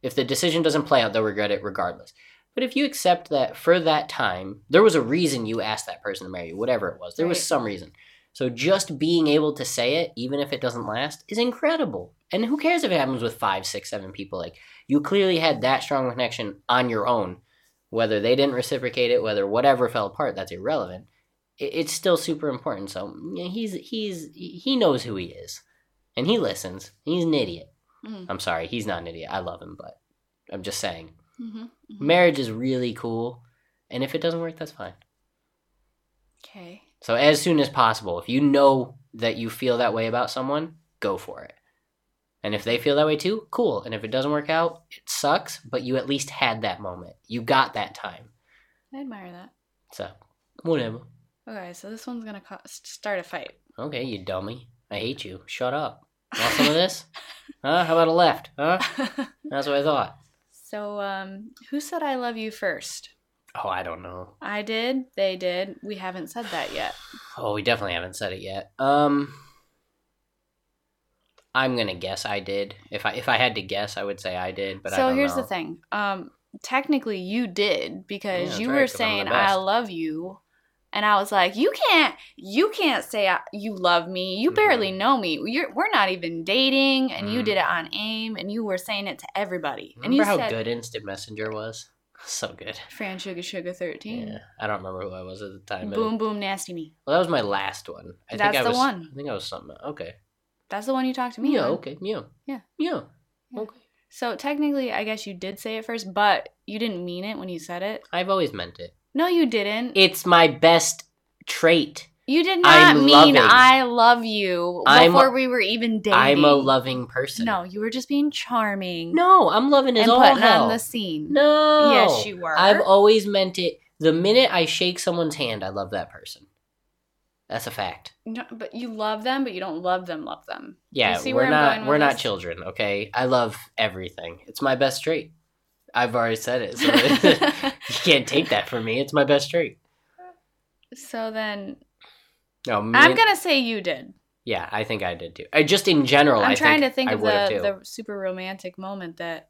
If the decision doesn't play out, they'll regret it regardless. But if you accept that for that time, there was a reason you asked that person to marry you, whatever it was, there was Right. some reason. So just being able to say it, even if it doesn't last, is incredible. And who cares if it happens with five, six, seven people? Like, you clearly had that strong connection on your own. Whether they didn't reciprocate it, whether whatever fell apart, that's irrelevant. It, it's still super important. So yeah, he's he's he knows who he is, and he listens. He's an idiot. Mhm. I'm sorry, he's not an idiot. I love him, but I'm just saying, Mhm. marriage is really cool. And if it doesn't work, that's fine. Okay. So as soon as possible, if you know that you feel that way about someone, go for it. And if they feel that way too, cool. And if it doesn't work out, it sucks, but you at least had that moment. You got that time. I admire that. So, whatever. Okay, so this one's gonna co- start a fight. Okay, you dummy. I hate you. Shut up. Want some of this? Huh? How about a left? Huh? That's what I thought. so, um, who said I love you first? Oh, I don't know. I did. They did. We haven't said that yet. Oh, we definitely haven't said it yet. Um, I'm gonna guess I did. If I if I had to guess, I would say I did. But I so don't here's know. the thing. Um, technically, you did Yeah, because that's you right, were 'cause I'm the saying I best." love you, and I was like, you can't, you can't say I, you love me. You barely Mm-hmm. know me. You're, we're not even dating, and you Mhm. did it on aim, and you were saying it to everybody. and Remember you how said, good Instant Messenger was? So good. "Fran Sugar Sugar 13. Yeah, I don't remember who I was at the time. but- Boom boom nasty me. Well, that was my last one. I That's think I the was, one. I think I was something. Okay. That's the one you talked to me. Yeah. on. Okay. Yeah. Yeah. Yeah. Yeah. Okay. So technically, I guess you did say it first, but you didn't mean it when you said it. I've always meant it. No, you didn't. It's my best trait. you did not I'm loving. mean I love you I'm- before we were even dating. I'm a loving person. No, you were just being charming. No, I'm loving as and all putting hell. on the scene. No. Yes, you were. I've always meant it. The minute I shake someone's hand, I love that person. That's a fact. No, but you love them, but you don't love them. Love them. Yeah, You see we're where I'm not going with we're not this? children, okay? I love everything. It's my best trait. I've already said it. So you can't take that from me. It's my best trait. So then, No, me I'm and- gonna say you did. Yeah, I think I did too. I just in general, I'm Oh, I trying think to think I of would have too. the, the super romantic moment that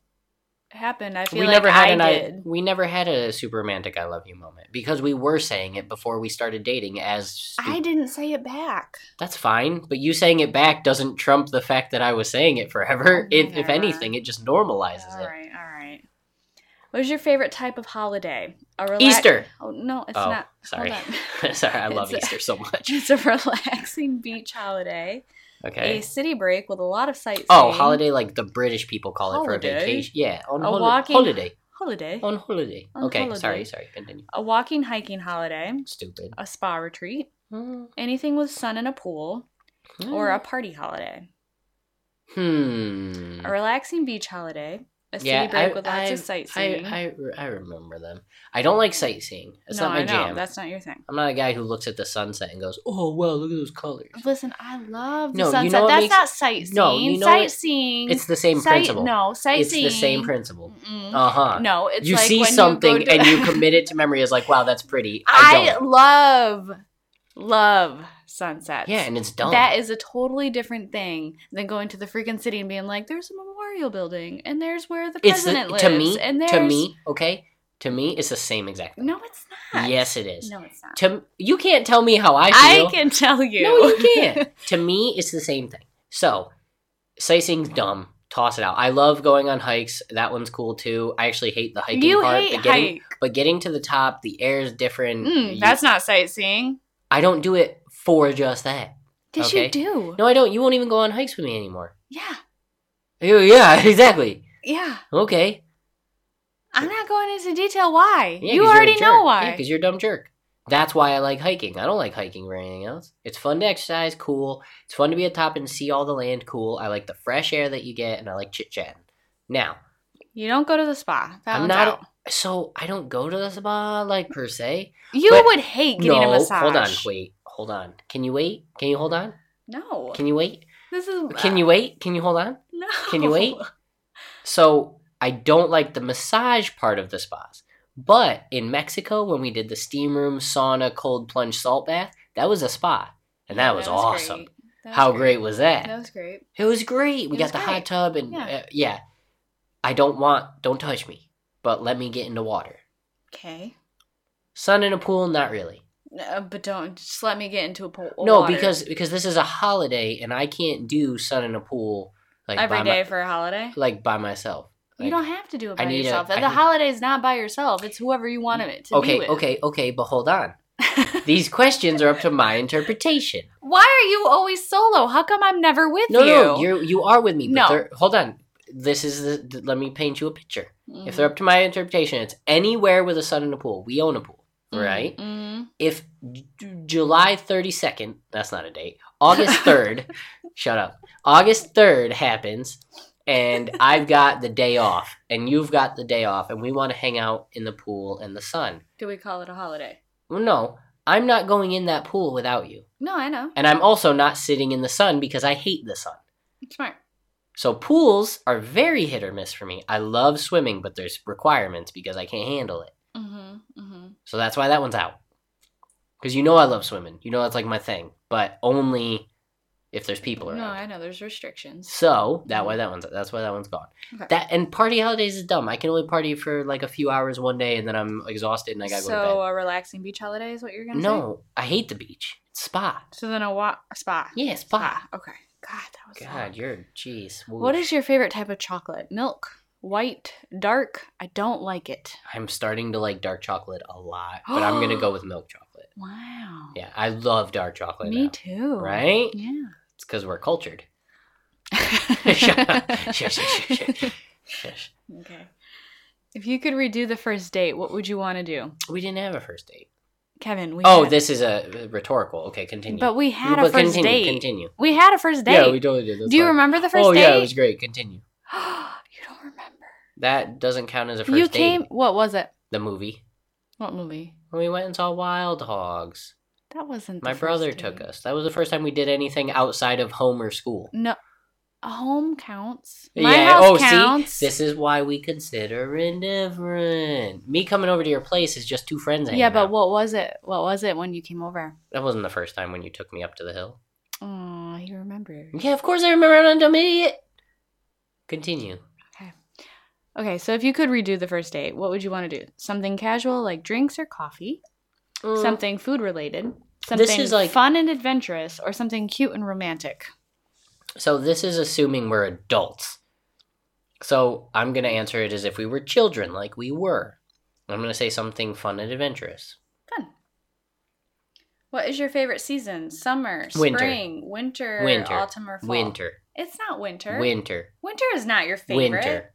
happened. I feel we like never had I an did. I, we never had a super romantic I love you moment because we were saying it before we started dating as stu- I didn't say it back. That's fine, but you saying it back doesn't trump the fact that I was saying it forever. If, if Whatever. anything, it just normalizes Oh, All it. right, all right. What is your favorite type of holiday? A relax- Easter. Oh no, it's oh, not. sorry, Hold sorry. I love It's a- Easter so much. It's a relaxing beach holiday, Okay. a city break with a lot of sightseeing. Oh, holiday like the British people call it for a Holiday? vacation. Yeah, on A holi- walking- holiday. Holiday. On holiday. On okay, holiday. sorry, sorry. Continue. A walking hiking holiday, Stupid. a spa retreat, anything with sun and a pool, or Mm. a party holiday, hmm. a relaxing beach holiday, a city Yeah, break I- with lots I- of sightseeing. I, I I remember them. I don't like sightseeing. It's no, not my I know jam. that's not your thing. I'm not a guy who looks at the sunset and goes, "Oh wow, look at those colors." Listen, I love the No, you sunset. know what that's makes- not sightseeing. No, you know what- sightseeing. It's the same Sight- principle. No, it's sightseeing. the same principle. Mm-mm. Uh huh. No, it's you like see when something you go to- and you commit it to memory as like, wow, that's pretty. I, I, don't. love, love sunsets. Yeah, and it's dumb. That is a totally different thing than going to the freaking city and being like, "There's a memorial building, and there's where the it's the, president lives." to me. and there's to me, okay. To me, it's the same exact. thing. no, it's not. Yes, it is. no, it's not. To you can't tell me how I I, feel. can tell you. No, you can't. to me, it's the same thing. So, sightseeing's dumb. Toss it out. I love going on hikes. That one's cool too. I actually hate the hiking you part. hate but getting, hike. But getting to the top, the air is different. Mm, You- that's not sightseeing. I don't do it for just that. Yes, Okay. you do. No, I don't. You won't even go on hikes with me anymore. Yeah, Yeah, Yeah, exactly. yeah. Okay. I'm not going into detail why. Yeah, 'cause you you're a already know jerk. why. Yeah, because you're a dumb jerk. That's why I like hiking. I don't like hiking or anything else. It's fun to exercise, cool. It's fun to be atop and see all the land, cool. I like the fresh air that you get, and I like chit chatting. Now, You don't go to the spa. That I'm one's not- out. so I don't go to the spa like per se. You but- would hate getting a no, massage. hold on, wait, hold on. Can you wait? Can you hold on? No. Can you wait? this is. Can you wait? Can you hold on? No. Can you wait? So I don't like the massage part of the spas. But in Mexico, when we did the steam room, sauna, cold plunge, salt bath, that was a spa. And that was, awesome. great. That was How great. was that? That was great. it was great. We It got was the hot great. tub and Yeah. yeah. Uh, yeah. I don't want, don't touch me, but let me get in the water. Okay. Sun in a pool, not really. Uh, but don't just let me get into a pool. of no, water because because this is a holiday and I can't do sun in a pool like every by day my, for a holiday. like by myself. you Like, don't have to do it I by need a- yourself. I the need- holiday's not by yourself. It's whoever you want it to Okay, be with. okay, okay, but hold on. These questions are up to my interpretation. Why are you always solo? How come I'm never with No, you? no, you're you are with me. But No. they're- hold on. This is the, th- let me paint you a picture. Mhm. If they're up to my interpretation, it's anywhere with a sun and a pool. We own a pool, right? Mhm. If J- July thirty second, that's not a date. August third, shut up. August third happens, and I've got the day off, and you've got the day off, and we want to hang out in the pool and the sun. Do we call it a holiday? Well, no, I'm not going in that pool without you, No, I know. and I'm also not sitting in the sun because I hate the sun. Smart. So pools are very hit or miss for me. I love swimming, but there's requirements because I can't handle it. hmm hmm So that's why that one's out. Because you know I love swimming. You know that's like my thing, but only if there's people around. No, I know. There's restrictions. So that why that one's that's why that one's gone. Okay. That and party holidays is dumb. I can only party for like a few hours one day, and then I'm exhausted and I gotta so go to bed. a relaxing beach holiday is what you're gonna say? No, I hate the beach. It's spa. So then a wa- a spa. Yeah, spa. Ah, okay. God, that was long. God, you're jeez. What woof. is your favorite type of chocolate? Milk, white, dark. I don't like it. I'm starting to like dark chocolate a lot, but I'm gonna go with milk chocolate. Wow. Yeah, I love dark chocolate. Me now, too. Right? Yeah. It's because we're cultured. Shut up. Shush, shush, shush, okay. shush, shush. If you could redo the first date, what would you want to do, We didn't have a first date. Kevin? We Oh, had- this is a rhetorical. Okay, continue. But we had But a first continue, date. Continue. We had a first date. Yeah, we totally did. That's Do you fine. remember the first oh date? yeah, it was great. Continue. you don't remember. That doesn't count as a first you date. came. What was it? The movie. What movie? We went and saw Wild Hogs. That wasn't. the My first brother date. took us. That was the first time we did anything outside of home or school. No, home counts. My yeah. house oh, counts. see, this is why we consider indifferent. Me coming over to your place is just two friends. hanging yeah, but out. what was it? What was it when you came over? That wasn't the first time when you took me up to the hill. Oh, you remember. Yeah, of course I remember. I'm a dumb idiot. Continue. Okay, so if you could redo the first date, what would you want to do? Something casual like drinks or coffee, something food related, something Uh, This is like- fun and adventurous, or something cute and romantic. So this is assuming we're adults. So I'm gonna answer it as if we were children, like we were. I'm gonna say something fun and adventurous. Fun. What is your favorite season? Summer, Winter. spring, winter, Winter. autumn, or fall? Winter. It's not winter. Winter. winter is not your favorite. Winter.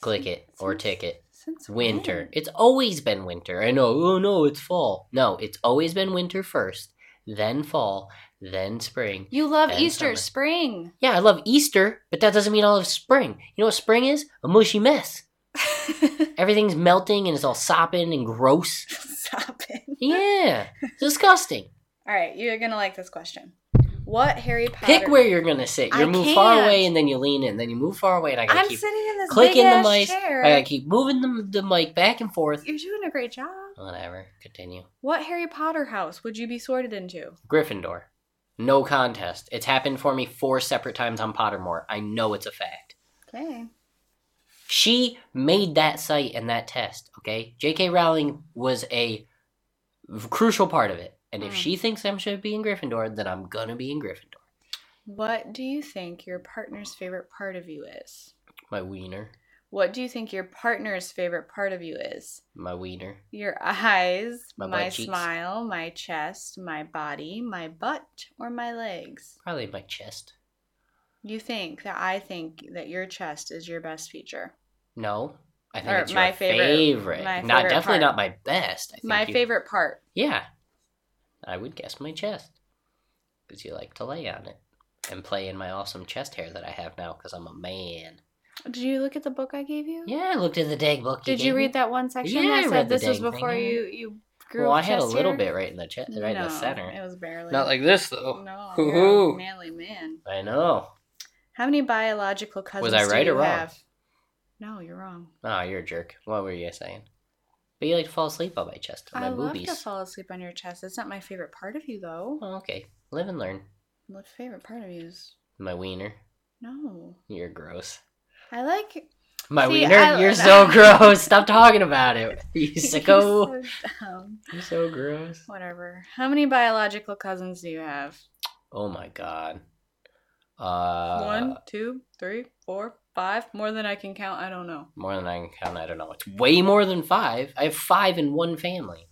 Click it or Since- tick it. Since Winter. when? It's always been winter. I know. Oh no, it's fall. No, it's always been winter first, then fall, then spring, You love And Easter, summer. spring. Yeah, I love Easter, but that doesn't mean I love spring. You know what spring is? A mushy mess. Everything's melting and it's all sopping and gross. Stop it. Yeah, it's disgusting. All right, you're gonna like this question. What Harry Potter? Pick where you're gonna sit. You I move far can't. away and then you lean in. Then you move far away and I gotta I'm keep sitting in this clicking big the ass mic. chair. I gotta keep moving the, the mic back and forth. You're doing a great job. Whatever. Continue. What Harry Potter house would you be sorted into? Gryffindor. No contest. It's happened for me four separate times on Pottermore. I know it's a fact. Okay. She made that site and that test, okay? J.K. Rowling was a v- crucial part of it. And if Mm. she thinks I should be in Gryffindor, then I'm gonna be in Gryffindor. What do you think your partner's favorite part of you is? My wiener. What do you think your partner's favorite part of you is? My wiener. Your eyes, My my, butt cheeks. smile, my chest, my body, my butt, or my legs? Probably my chest. You think that I think that your chest is your best feature. No, I think Or it's your my favorite. favorite- my not favorite definitely not part. my best. I think My you- favorite part. Yeah, I would guess my chest because you like to lay on it and play in my awesome chest hair that I have now because I'm a man. Did you look at the book I gave you? Yeah, I looked at the dang book. Did you gave me. read that one section Yeah, I that said read the this was dang thing, before yeah. you you grew Well, I up? had a chest little hair? bit right in the chest, right in the No, center. It was barely. Not like this though. No, you're Hoo-hoo. a manly man. I know. How many biological cousins Was I do right you or wrong? have? No, you're wrong. Oh, you're a jerk. What were you saying? But you like to fall asleep on my chest, on my I boobies. love to fall asleep on your chest. It's not my favorite part of you, though. Oh, okay, live and learn. My favorite part of you is My wiener. no. You're gross. I like My See, wiener. I- you're so gross. Stop talking about it. You sicko. so dumb. You're so gross. Whatever. How many biological cousins do you have? Oh my god. Uh, One, two, three, four, five. More than I can count. I don't know. More than I can count. I don't know. It's way more than five. I have five in one family.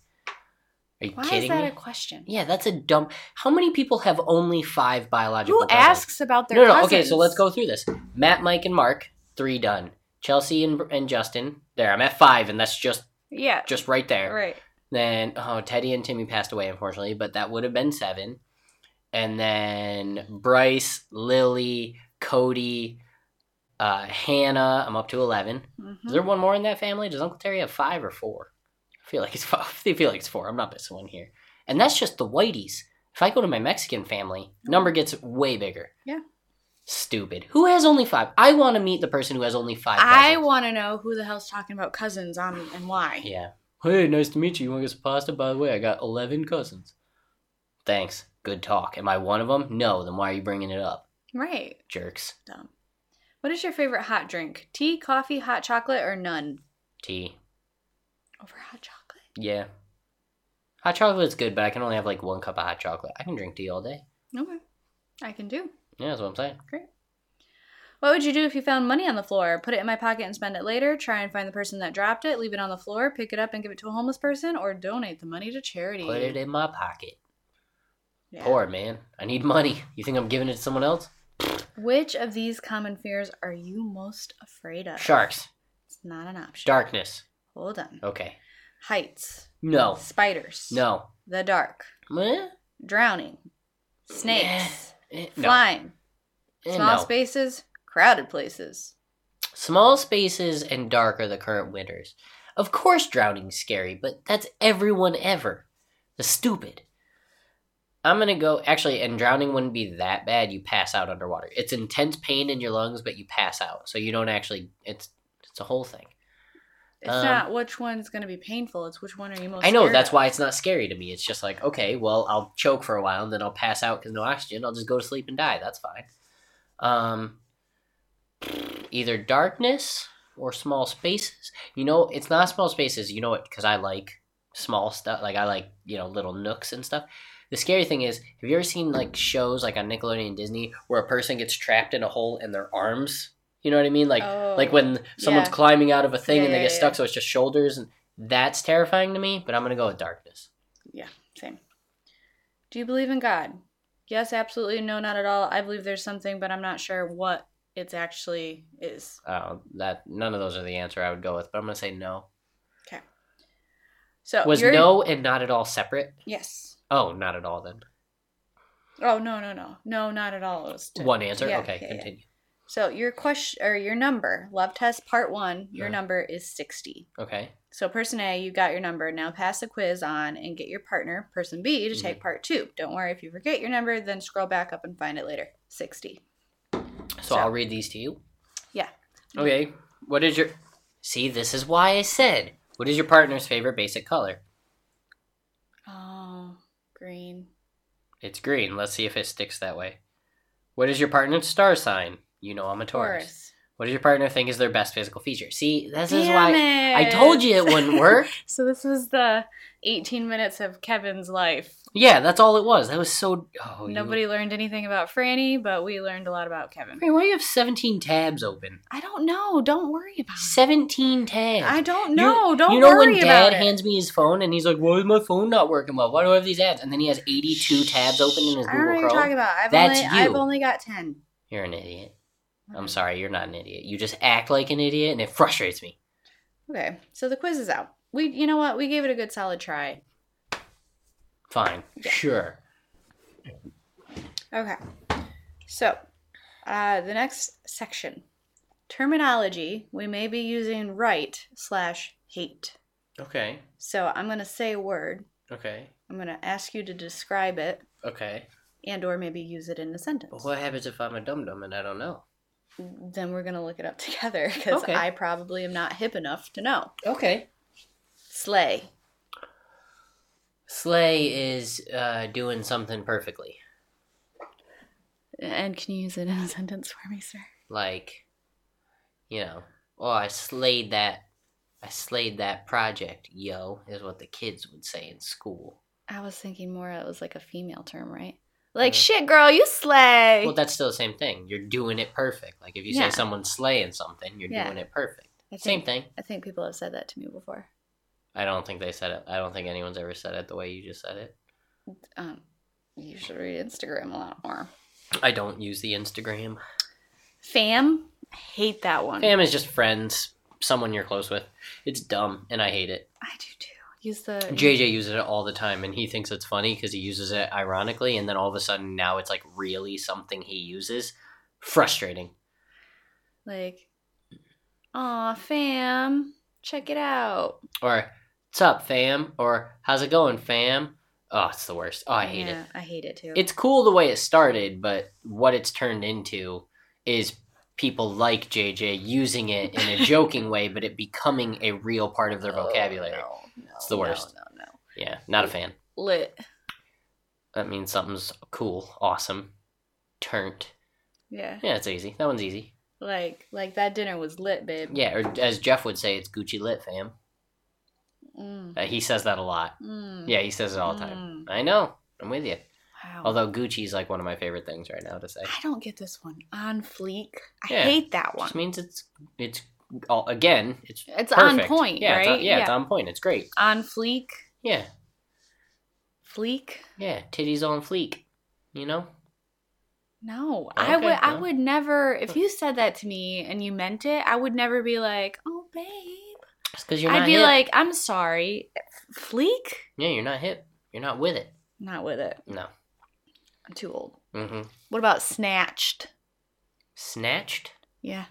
Are you Why kidding is that me? a question? Yeah, that's a dumb. How many people have only five biological? Who cousins? asks about their No, no. cousins? Okay, so let's go through this. Matt, Mike, and Mark. Three done. Chelsea and, and Justin. There, I'm at five, and that's just Yeah. just right there. Right. Then oh, Teddy and Timmy passed away, unfortunately, but that would have been seven. And then Bryce, Lily, Cody, uh, Hannah. I'm up to 11 Mhm. Is there one more in that family? Does Uncle Terry have five or four? I feel like it's five. I feel like it's four. I'm not missing one here. And that's just the whiteys. If I go to my Mexican family, number gets way bigger. Hmm. Yeah. Stupid. Who has only five? I want to meet the person who has only five. I cousins. want to know who the hell's talking about cousins on and why. Yeah. Hey, nice to meet you. You want to get some pasta? By the way, I got 11 cousins. Thanks. Good talk. Am I one of them? No. Then why are you bringing it up? Right. Jerks. Dumb. What is your favorite hot drink? Tea, coffee, hot chocolate, or none? Tea. Over hot chocolate. Yeah. Hot chocolate's good, but I can only have like one cup of hot chocolate. I can drink tea all day. Okay. I can do. Yeah, that's what I'm saying. What would you do if you found money on the floor? Put it in my pocket and spend it later? Try and find the person that dropped it, leave it on the floor, pick it up and give it to a homeless person, or donate the money to charity? Put it in my pocket. Yeah. Poor man. I need money. You think I'm giving it to someone else? Which of these common fears are you most afraid of? Sharks. It's not an option. Darkness. Hold on. Okay. Heights. Oh. No. Spiders. No. The dark. Eh? Drowning. Snakes. Eh, No. Flying. Eh, Small no. spaces. Crowded places. Small spaces and dark are the current winners. Of course, drowning's scary, but that's everyone ever. The stupid. I'm gonna go. Actually, and drowning wouldn't be that bad. You pass out underwater. It's intense pain in your lungs, but you pass out, so you don't actually. It's it's a whole thing. It's Um, not which one's going to be painful. It's which one are you most I know scared that's of. why it's not scary to me. It's just like okay, well, I'll choke for a while and then I'll pass out because no oxygen. I'll just go to sleep and die. That's fine. Um, either darkness or small spaces. You know, it's not small spaces. You know it because I like small stuff. Like I like you know little nooks and stuff. The scary thing is, have you ever seen like shows like on Nickelodeon and Disney where a person gets trapped in a hole in their arms? You know what I mean? Like Oh. like when someone's Yeah. climbing out of a thing Yeah, and they yeah, get yeah. stuck, so it's just shoulders and that's terrifying to me, but I'm gonna go with darkness. Same. Do you believe in God? Yes, absolutely. No, not at all. I believe there's something, but I'm not sure what it's actually is. Oh, that none of those are the answer I would go with, but I'm gonna say no. So Was Uh, you're- no and not at all separate? Yes. Oh, not at all then. Oh no no no no not at all. It was two. One answer. Yeah, okay, yeah, yeah. continue. So your question or your number love test part one. Your Yeah. number is sixty. Okay. So person A, you got your number. Now pass the quiz on and get your partner, person B, to Mm-hmm. take part two. Don't worry if you forget your number, then scroll back up and find it later. Sixty. So, So- I'll read these to you. Yeah. Okay. What is your See, this is why I said what is your partner's favorite basic color? Oh, green. It's green. Let's see if it sticks that way. What is your partner's star sign? You know I'm a Taurus. What does your partner think is their best physical feature? See, this is why I told you it wouldn't work. So this was the 18 minutes of Kevin's life. Yeah, that's all it was. That was so. Oh, you- Nobody learned anything about Franny, but we learned a lot about Kevin. Hey, why do you have 17 tabs open? I don't know. Don't worry about 17 tabs. I don't You- know. don't you know worry when about Dad it. hands me his phone and he's like, "Why is my phone not working well? Why do I have these ads?" And then he has 82 tabs open in his I don't know Google what you're Chrome. talking about. I've That's only you. I've only got 10. You're an idiot. I'm sorry, you're not an idiot. You just act like an idiot and it frustrates me. Okay, so the quiz is out. We, you know what? We gave it a good solid try. Fine. Sure. Okay. So, uh, the next section terminology we may be using right slash hate. Okay. So, I'm going to say a word. Okay. I'm going to ask you to describe it Okay. and or maybe use it in a But sentence. what happens if I'm a dum dum and I don't know? Then we're going to look it up together because Okay. I probably am not hip enough to know. Okay. Slay. Slay is uh, doing something perfectly. And can you use it in a sentence for me, sir? Like, you know, oh, I slayed that. I slayed that project, yo, is what the kids would say in school. I was thinking more it was like a female term, right? Like, Like, shit, girl, you slay. Well, that's still the same thing. You're doing it perfect. Like if you Yeah. say someone's slaying something, you're Yeah. doing it perfect. I Same think, thing. I think people have said that to me before. I don't think they said it. I don't think anyone's ever said it the way you just said it. Um, you should read Instagram a lot more. I don't use the Instagram. Fam. I hate that one. Fam is just friends, someone you're close with. It's dumb, and I hate it. I do too. Use the. JJ uses it all the time, and he thinks it's funny because he uses it ironically, and then all of a sudden now it's like really something he uses. Frustrating. like, aw, fam, check it out. Or, what's up, fam? Or, how's it going, fam? Oh, it's the worst. Oh, I hate it. yeah, I hate it too. it's cool the way it started, but what it's turned into is people like JJ using it in a joking way, but it becoming a real part of their Oh, vocabulary. no, no, It's the worst. No, no, no. Yeah, not a fan. Lit. That means something's cool, awesome, turnt. Yeah. Yeah, it's easy. That one's easy. Like like that dinner was lit, babe. Yeah, or as Jeff would say, it's Gucci lit, fam. Mm. Uh, he says that a lot. Mm. Yeah, he says it all the time. Mm. I know. I'm with you. Wow. Although Gucci's like one of my favorite things right now to say. I don't get this one. On fleek. I Yeah. hate that one. Just means it's it's all again. It's It's perfect. on point, yeah, right? It's on, yeah, it's on point. It's great. On fleek. Yeah, Fleek. yeah. Titties on fleek. You know? No, I Okay, would. I no. would never. If you said that to me and you meant it, I would never be like, "Oh, babe." It's because you're not. I'd be hip. like, "I'm sorry, fleek." yeah, you're not hip. You're not with it. Not with it. No. I'm too old. Mm-hmm. What about snatched? Snatched. Yeah,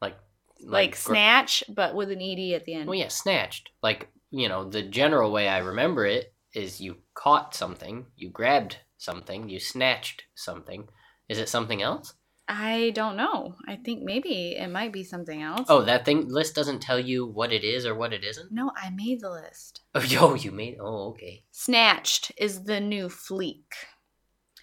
Like. like, gr- snatch, but E But with an ed at the end. Well, yeah, snatched. Like you know, the general way I remember it is you caught something, you grabbed something, you snatched something. Is it something else? I don't know. I think maybe it might be something else. Oh, that thing list doesn't tell you what it is or what it isn't. No, I made the list. Oh, yo, you made. Oh, okay. Snatched is the new fleek.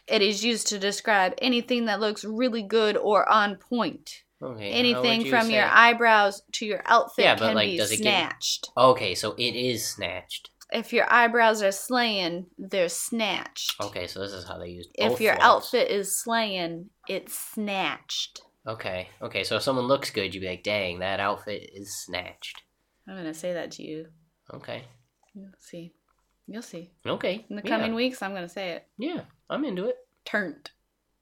It is used to describe anything that looks really good or on point. Okay. how anything would you from your say- eyebrows to your outfit Yeah, but, can like, be does it give- snatched. Okay, so it is snatched. If your eyebrows are slaying, they're snatched. Okay, so this is how they use. If both your forms. outfit is slaying, it's snatched. Okay, okay, so if someone looks good, you'd be like, "Dang, that outfit is snatched." I'm gonna say that to you. Okay, You'll see. You'll see. okay. In the yeah, coming weeks, I'm gonna say it. Yeah, I'm into it. Turned.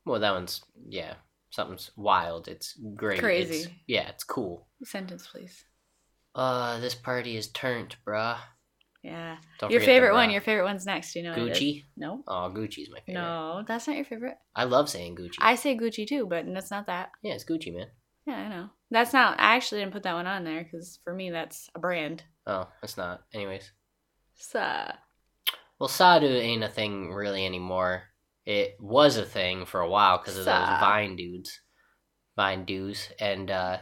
Well, that one's yeah, something's wild. It's great. It's, Crazy. yeah, it's cool. Sentence, please. Uh, this party is turned, bruh. Yeah. Don't your forget the favorite one. bruh. Your favorite one's next. You know. what it is. Gucci. No. Oh, Gucci's my favorite. No, that's not your favorite. I love saying Gucci. I say Gucci too, but that's not that. Yeah, it's Gucci, man. Yeah, I know. That's not. I actually didn't put that one on there because for me, that's a brand. Oh, it's not. Anyways. So Well, Sadu ain't a thing really anymore. It was a thing for a while because of those Sa- Vine dudes, Vine dudes, and uh,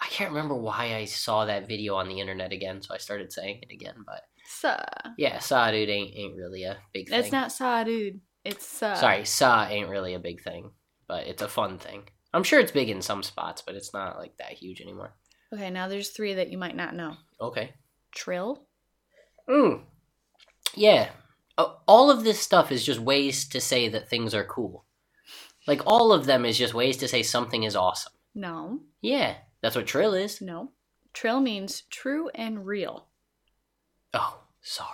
I can't remember why I saw that video on the internet again, so I started saying it again. But so yeah, Sadu ain't ain't really a big thing. It's not saw, dude. It's saw. Sorry, Sa ain't really a big thing, but it's a fun thing. I'm sure it's big in some spots, but it's not like that huge anymore. Okay, now there's three that you might not know. Okay. Trill. Mm. Yeah. A- All of this stuff is just ways to say that things are cool. Like, all of them is just ways to say something is awesome. No, Yeah. That's what Trill is. no. Trill means true and real. Oh, sorry.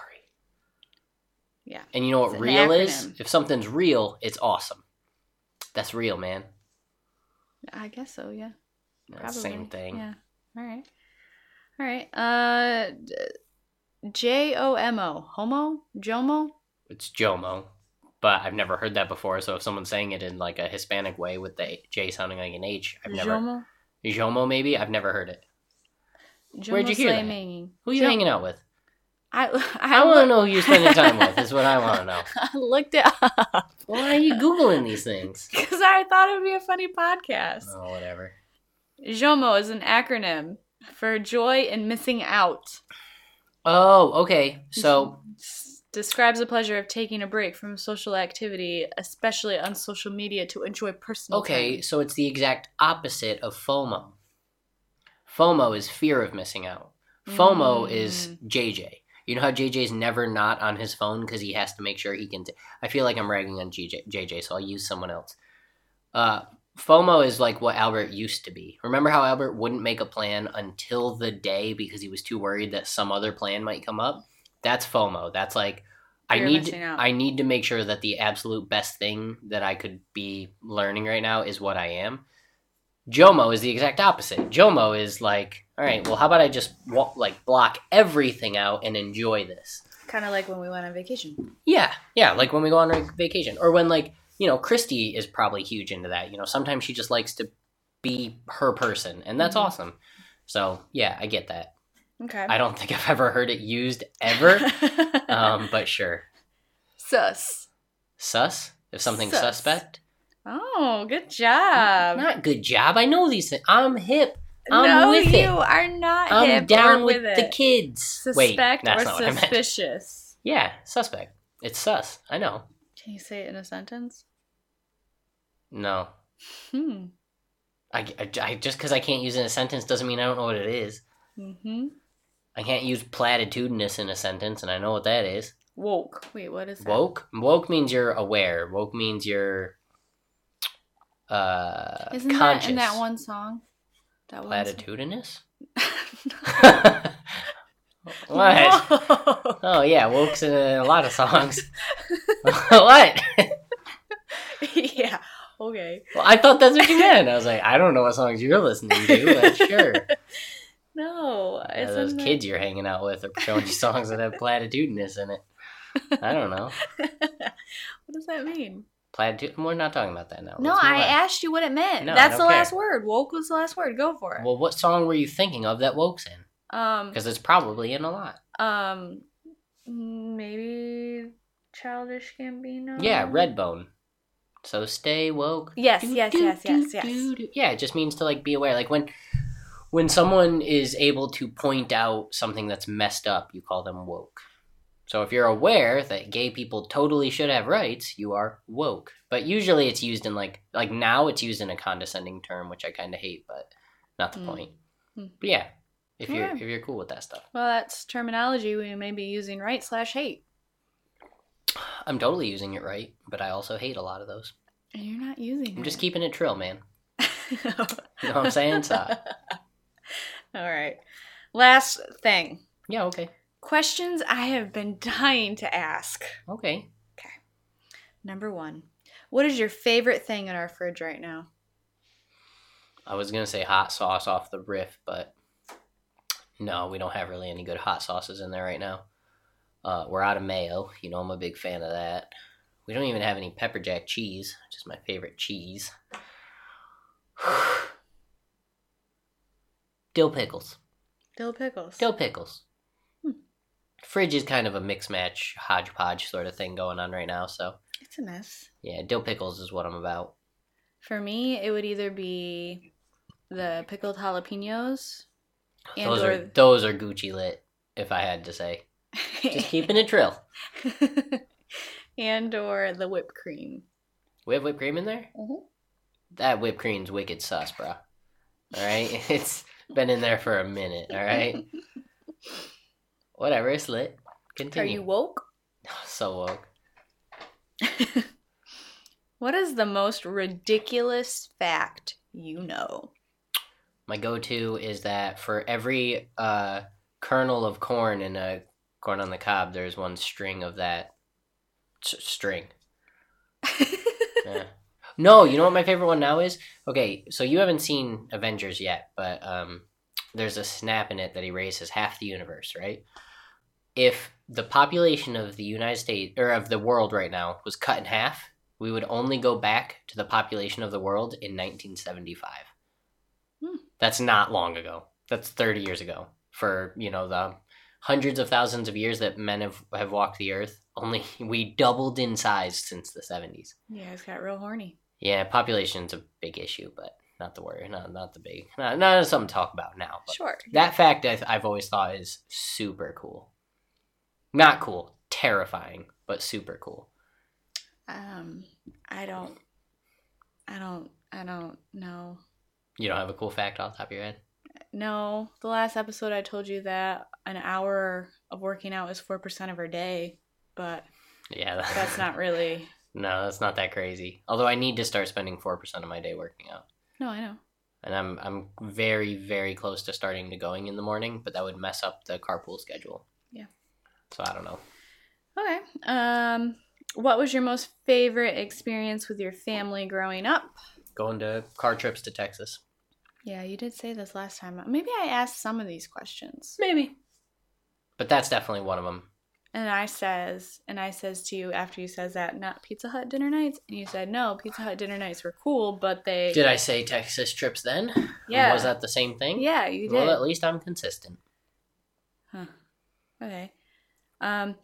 Yeah. And you know what It's an real is? acronym. If something's real, it's awesome. That's real, man. I guess so. Yeah. That's the Same thing. Yeah. All right. All right. Uh, J O M O. Homo? Jomo? It's Jomo, but I've never heard that before. So if someone's saying it in like a Hispanic way with the J sounding like an H, I've never Jomo? Jomo maybe I've never heard it. Where'd you Jomo hear that? Slaymaning. Who you Jo- hanging out with? I, I I, want to look- know who you're spending time with. Is what I want to know. I looked it up Why are you googling these things? because I thought it would be a funny podcast. Oh, whatever. JOMO is an acronym for joy in missing out. Oh, okay. So S- Describes the pleasure of taking a break from social activity, especially on social media, to enjoy personal okay, time. so it's the exact opposite of FOMO. FOMO is fear of missing out. FOMO Mm. is JJ. You know how JJ's never not on his phone because he has to make sure he can. T- I feel like I'm ragging on JJ, JJ, so I'll use someone else. Uh, FOMO is like what Albert used to be. Remember how Albert wouldn't make a plan until the day because he was too worried that some other plan might come up? That's FOMO. That's like I Fear of need missing out. I need to make sure that the absolute best thing that I could be learning right now is what I am. Jomo is the exact opposite. Jomo is like, all right, well, how about I just wa- like block everything out and enjoy this? Kind of like when we went on vacation. Yeah, yeah, like when we go on like, vacation, or when like you know, Christy is probably huge into that. You know, sometimes she just likes to be her person, and that's Mhm. awesome. So yeah, I get that. Okay. I don't think I've ever heard it used ever, um, but sure. Sus. Sus if something's Sus. Um, suspect. Oh, good job. Not good job. I know these things. I'm hip. I'm no, with you it. are not I'm hip down or with, with, it. the kids. Wait, Suspect that's not or what I meant. suspicious. Yeah, suspect. It's sus. I know. Can you say it in a sentence? No, Hmm. I, I, I- just because I can't use it in a sentence doesn't mean I don't know what it is. Mm-hmm. I can't use platitudinous in a sentence, and I know what that is. Woke. Wait, what is that? Woke. Woke means you're aware. Woke means you're uh, Isn't conscious. that in that one song? That one. song? Platitudinous. what? Whoa. Oh yeah, woke's in a lot of songs. what? yeah. Okay. Well, I thought that's what you meant. I was like, I don't know what songs you're listening to, but sure. No. Yeah, those kids you're hanging out with are showing you songs that have platitudinous in it. I don't know. What does that mean? Platitude. We're not talking about that now. No, Let's move I on. asked you what it meant. No, I That's the don't last care. word. Woke was the last word. Go for it. Well, what song were you thinking of that woke's in? um. Because it's probably in a lot. Um. Maybe childish Gambino. Yeah, Redbone. So stay woke. Yes. Do, Yes. do, Yes. do, Yes. Yes. do, do. Yeah, it just means to like be aware. Like when when someone is able to point out something that's messed up, you call them woke. So if you're aware that gay people totally should have rights, you are woke. But usually it's used in like like now it's used in a condescending term, which I kind of hate, but not the Mm. point. Mm. But yeah, if you're Yeah. if you're cool with that stuff, Well, that's terminology we may be using right slash hate. I'm totally using it right, but I also hate a lot of those. And you're not using I'm it. just keeping it trill, man. You know what I'm saying? So, All right. Last thing. yeah, okay, Questions I have been dying to ask. okay. Number one, what is your favorite thing in our fridge right now? I was gonna say hot sauce off the riff, but no, we don't have really any good hot sauces in there right now. Uh, we're out of mayo. You know, I'm a big fan of that. We don't even have any pepper jack cheese, which is my favorite cheese. Dill pickles. Dill pickles. Dill pickles. Hmm. Fridge is kind of a mix match, hodgepodge sort of thing going on right now. So, It's a mess. yeah, dill pickles is what I'm about. For me, it would either be the pickled jalapenos and those or are those are Gucci lit, if I had to say. Just keeping it trill. and or the whipped cream. We have whipped cream in there? Mhm. That whipped cream's wicked sus, bro. All right? It's been in there for a minute, all right? Whatever, it's lit. Are Continue. you woke? so woke. What is the most ridiculous fact you know? My go to is that for every uh, kernel of corn in a corn on the cob, there's one string of that s- string. Yeah. No, you know what my favorite one now is? Okay, so you haven't seen Avengers yet, but um, there's a snap in it that erases half the universe, right? If the population of the United States or of the world right now was cut in half, we would only go back to the population of the world in 1975. Hmm. That's not long ago. That's 30 years ago. For you know the hundreds of thousands of years that men have have walked the earth, only we doubled in size since the 70s. You guys got real horny. Yeah, population's a big issue, but not the worry, not not the big, not, not something to talk about now. But Sure. That fact I've, I've always thought is super cool. Not cool, terrifying, but super cool. Um, I don't, I don't, I don't know. You don't have a cool fact off the top of your head? No, the last episode I told you that an hour of working out is four percent of her day, but Yeah, that's not really. no, that's not that crazy. Although I need to start spending four percent of my day working out, No, I know. and I'm I'm very very close to starting to going in the morning, but that would mess up the carpool schedule. Yeah. So I don't know. Okay. Um, what was your most favorite experience with your family growing up? Going to car trips to Texas. Yeah, you did say this last time. Maybe I asked some of these questions. Maybe. But that's definitely one of them. And I says, and I says to you after you says that, not Pizza Hut dinner nights. And you said, no, Pizza Hut dinner nights were cool, but they. Did I say Texas trips then? And Yeah. Was that the same thing? Yeah, you did. Well, at least I'm consistent. Huh. Okay. Um,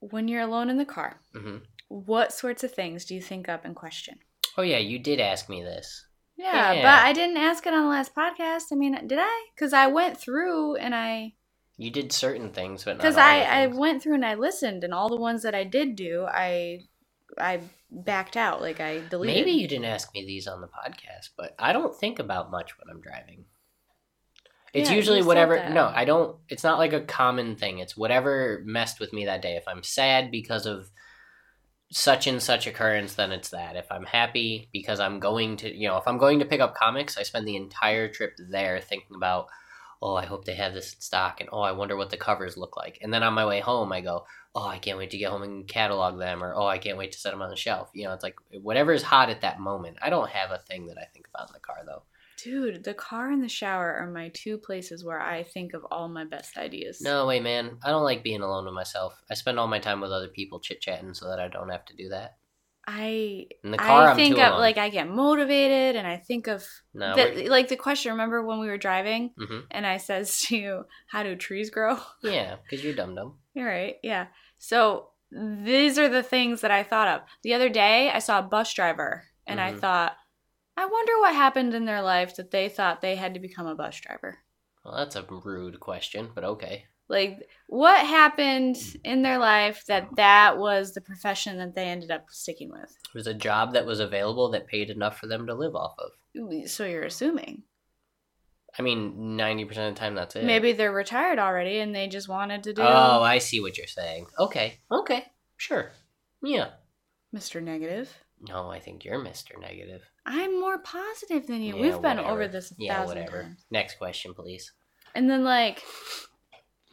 when you're alone in the car, hmm what sorts of things do you think up and question? Oh yeah, you did ask me this. Yeah, Yeah. but I didn't ask it on the last podcast. I mean, did I? Because I went through and I. You did certain things, but not because all I, the I things. went through and I listened, and all the ones that I did do, I I backed out, like I deleted. Maybe you didn't ask me these on the podcast, but I don't think about much when I'm driving. It's Yeah, usually you said whatever. that. No, I don't. It's not like a common thing. It's whatever messed with me that day. If I'm sad because of such and such occurrence, then it's that. If I'm happy because I'm going to, you know, if I'm going to pick up comics, I spend the entire trip there thinking about, oh, I hope they have this in stock, and oh, I wonder what the covers look like. And then on my way home, I go, oh, I can't wait to get home and catalog them, or oh, I can't wait to set them on the shelf. You know, it's like whatever is hot at that moment. I don't have a thing that I think about in the car though. Dude, the car and the shower are my two places where I think of all my best ideas. No way, man. I don't like being alone with myself. I spend all my time with other people chit chatting so that I don't have to do that. I In the car, I I am think too of alone. like I get motivated, and I think of no. the, like the question. Remember when we were driving, mm-hmm. and I says to you, "How do trees grow?" Yeah, because you're dumb dumb. All right, yeah. So these are the things that I thought of. The other day, I saw a bus driver, and I Mhm. thought, I wonder what happened in their life that they thought they had to become a bus driver. Well, that's a rude question, but okay. Like, what happened in their life that that was the profession that they ended up sticking with? It was a job that was available that paid enough for them to live off of. So you're assuming I mean, ninety percent of the time, that's it. maybe they're retired already, and they just wanted to do Oh, I see what you're saying. Okay. Okay. Sure. Yeah. Mr. Negative. No, I think you're Mr. Negative. I'm more positive than you. Yeah, We've been whatever. over this a Yeah, thousand whatever. times. Next question, please. And then like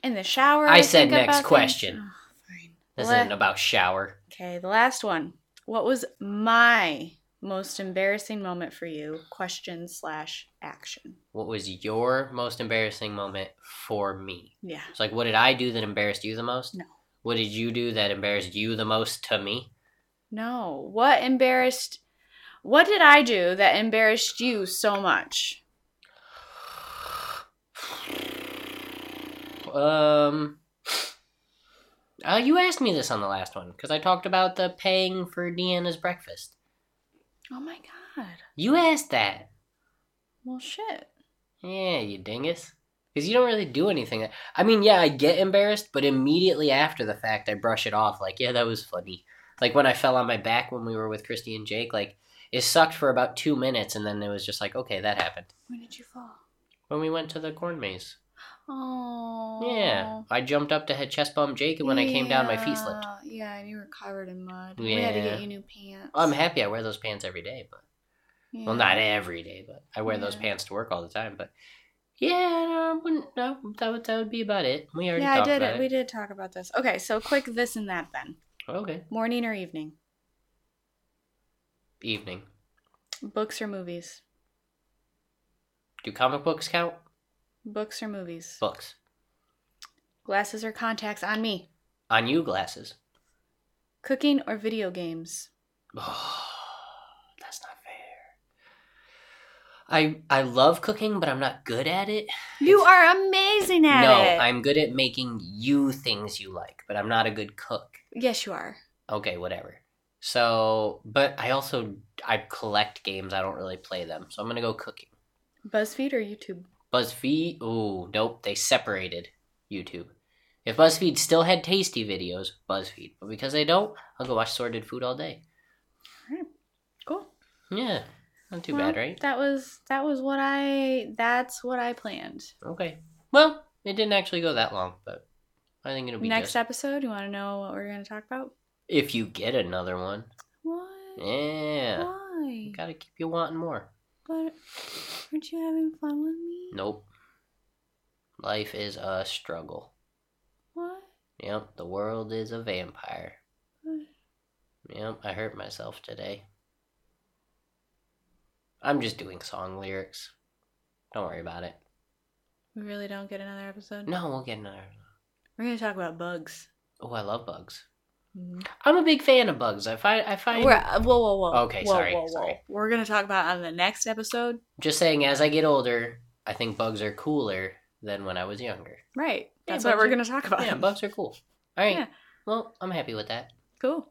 in the shower. I said think next about things. question. Oh, fine. This What- isn't about shower. okay, the last one. What was my most embarrassing moment for you? Question slash action. What was your most embarrassing moment for me? Yeah. It's like, what did I do that embarrassed you the most? No. What did you do that embarrassed you the most to me? No. What embarrassed what did I do that embarrassed you so much? Um. Uh, you asked me this on the last one because I talked about the paying for Deanna's breakfast. Oh my god. You asked that. Well shit. Yeah, you dingus. Because you don't really do anything. I mean, yeah, I get embarrassed, but immediately after the fact, I brush it off. Like, yeah, that was funny. Like when I fell on my back when we were with Christy and Jake, like it sucked for about two minutes, and then it was just like, okay, that happened. When did you fall? When we went to the corn maze, Oh yeah, I jumped up to head chest bump Jake, and when I came down, my feet slipped. Yeah, Yeah, and you were covered in mud. We had to Yeah. get you new pants. I'm happy I wear those pants every day, but well, Yeah. not every day, but I wear those Yeah. pants to work all the time. But yeah, no, I wouldn't. No, that would that would be about it. We already Yeah, I talked did about it. We did talk about this. Okay, so quick this and that then. okay, Morning or evening? evening. Books or movies? Do comic books count? Books or movies? Books. Glasses or contacts on me? On you, glasses. Cooking or video games? Oh, that's not fair. I I love cooking, but I'm not good at it. You are amazing at no, it. I'm good at making you things you like, but I'm not a good cook. yes, you are. Okay, whatever. So, but I also I collect games. I don't really play them, so I'm gonna go cooking. BuzzFeed or YouTube? BuzzFeed. Ooh, nope. They separated YouTube. If BuzzFeed still had tasty videos, BuzzFeed. But because they don't, I'll go watch Sorted Food all day. Cool. Yeah, not too Well, bad, right? That was that was what I that's what I planned. Okay. Well, it didn't actually go that long, but I think it'll be Next just- episode, you want to know what we're going to talk about? If you get another one, What? yeah, Why? gotta keep you wanting more. What? Aren't you having fun with me? Nope. Life is a struggle. What? Yep, the world is a vampire. What? Yep, I hurt myself today. I'm just doing song lyrics. Don't worry about it. We really don't get another episode. No, we'll get another. We're going to talk about bugs. Oh, I love bugs. I'm a big fan of bugs. I find I find We're, uh, whoa, whoa, whoa. Okay, whoa, sorry, Whoa, whoa. sorry. We're going to talk about on the next episode. just saying as I get older, I think bugs are cooler than when I was younger. Right. Yeah, That's bugs what we're are- going to talk about. Yeah, bugs are cool. All right. Yeah. Well, I'm happy with that. Cool.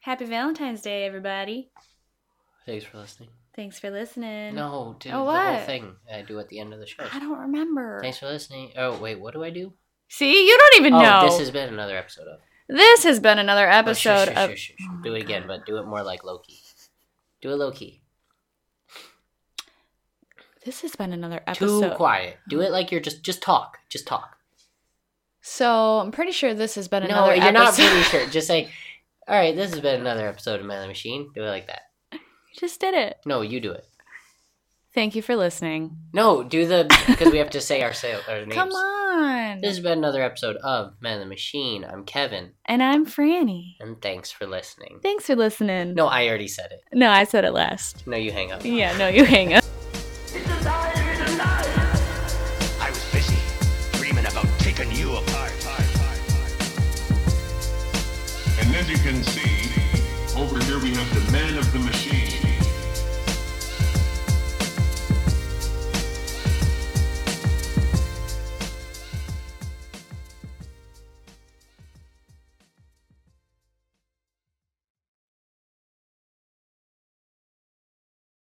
Happy Valentine's Day, everybody. Thanks for listening. Thanks for listening. No, dude, the Oh, whole what? thing I do at the end of the show. I don't remember. Thanks for listening. Oh, wait, what do I do? See, you don't even know. Oh, this has been another episode of. This has been another Oh, shh, shh, episode shh, of. shh, shh, shh. Do it again, but do it more like Loki. Do it low key. This has been another Too episode. quiet. Do it like you're just just talk. Just talk. So I'm pretty sure this has been No, another you're not episode. really sure. Just say, all right, this has been another episode of Man the Machine. Do it like that. You just did it. No, you do it. Thank you for listening. No, do the because we have to say our sale our names. Come on. This has been another episode of Man the Machine. I'm Kevin, And I'm Franny. and thanks for listening. Thanks for listening. No, I already said it. no, I said it last. No, you hang up. Yeah, no, you hang up.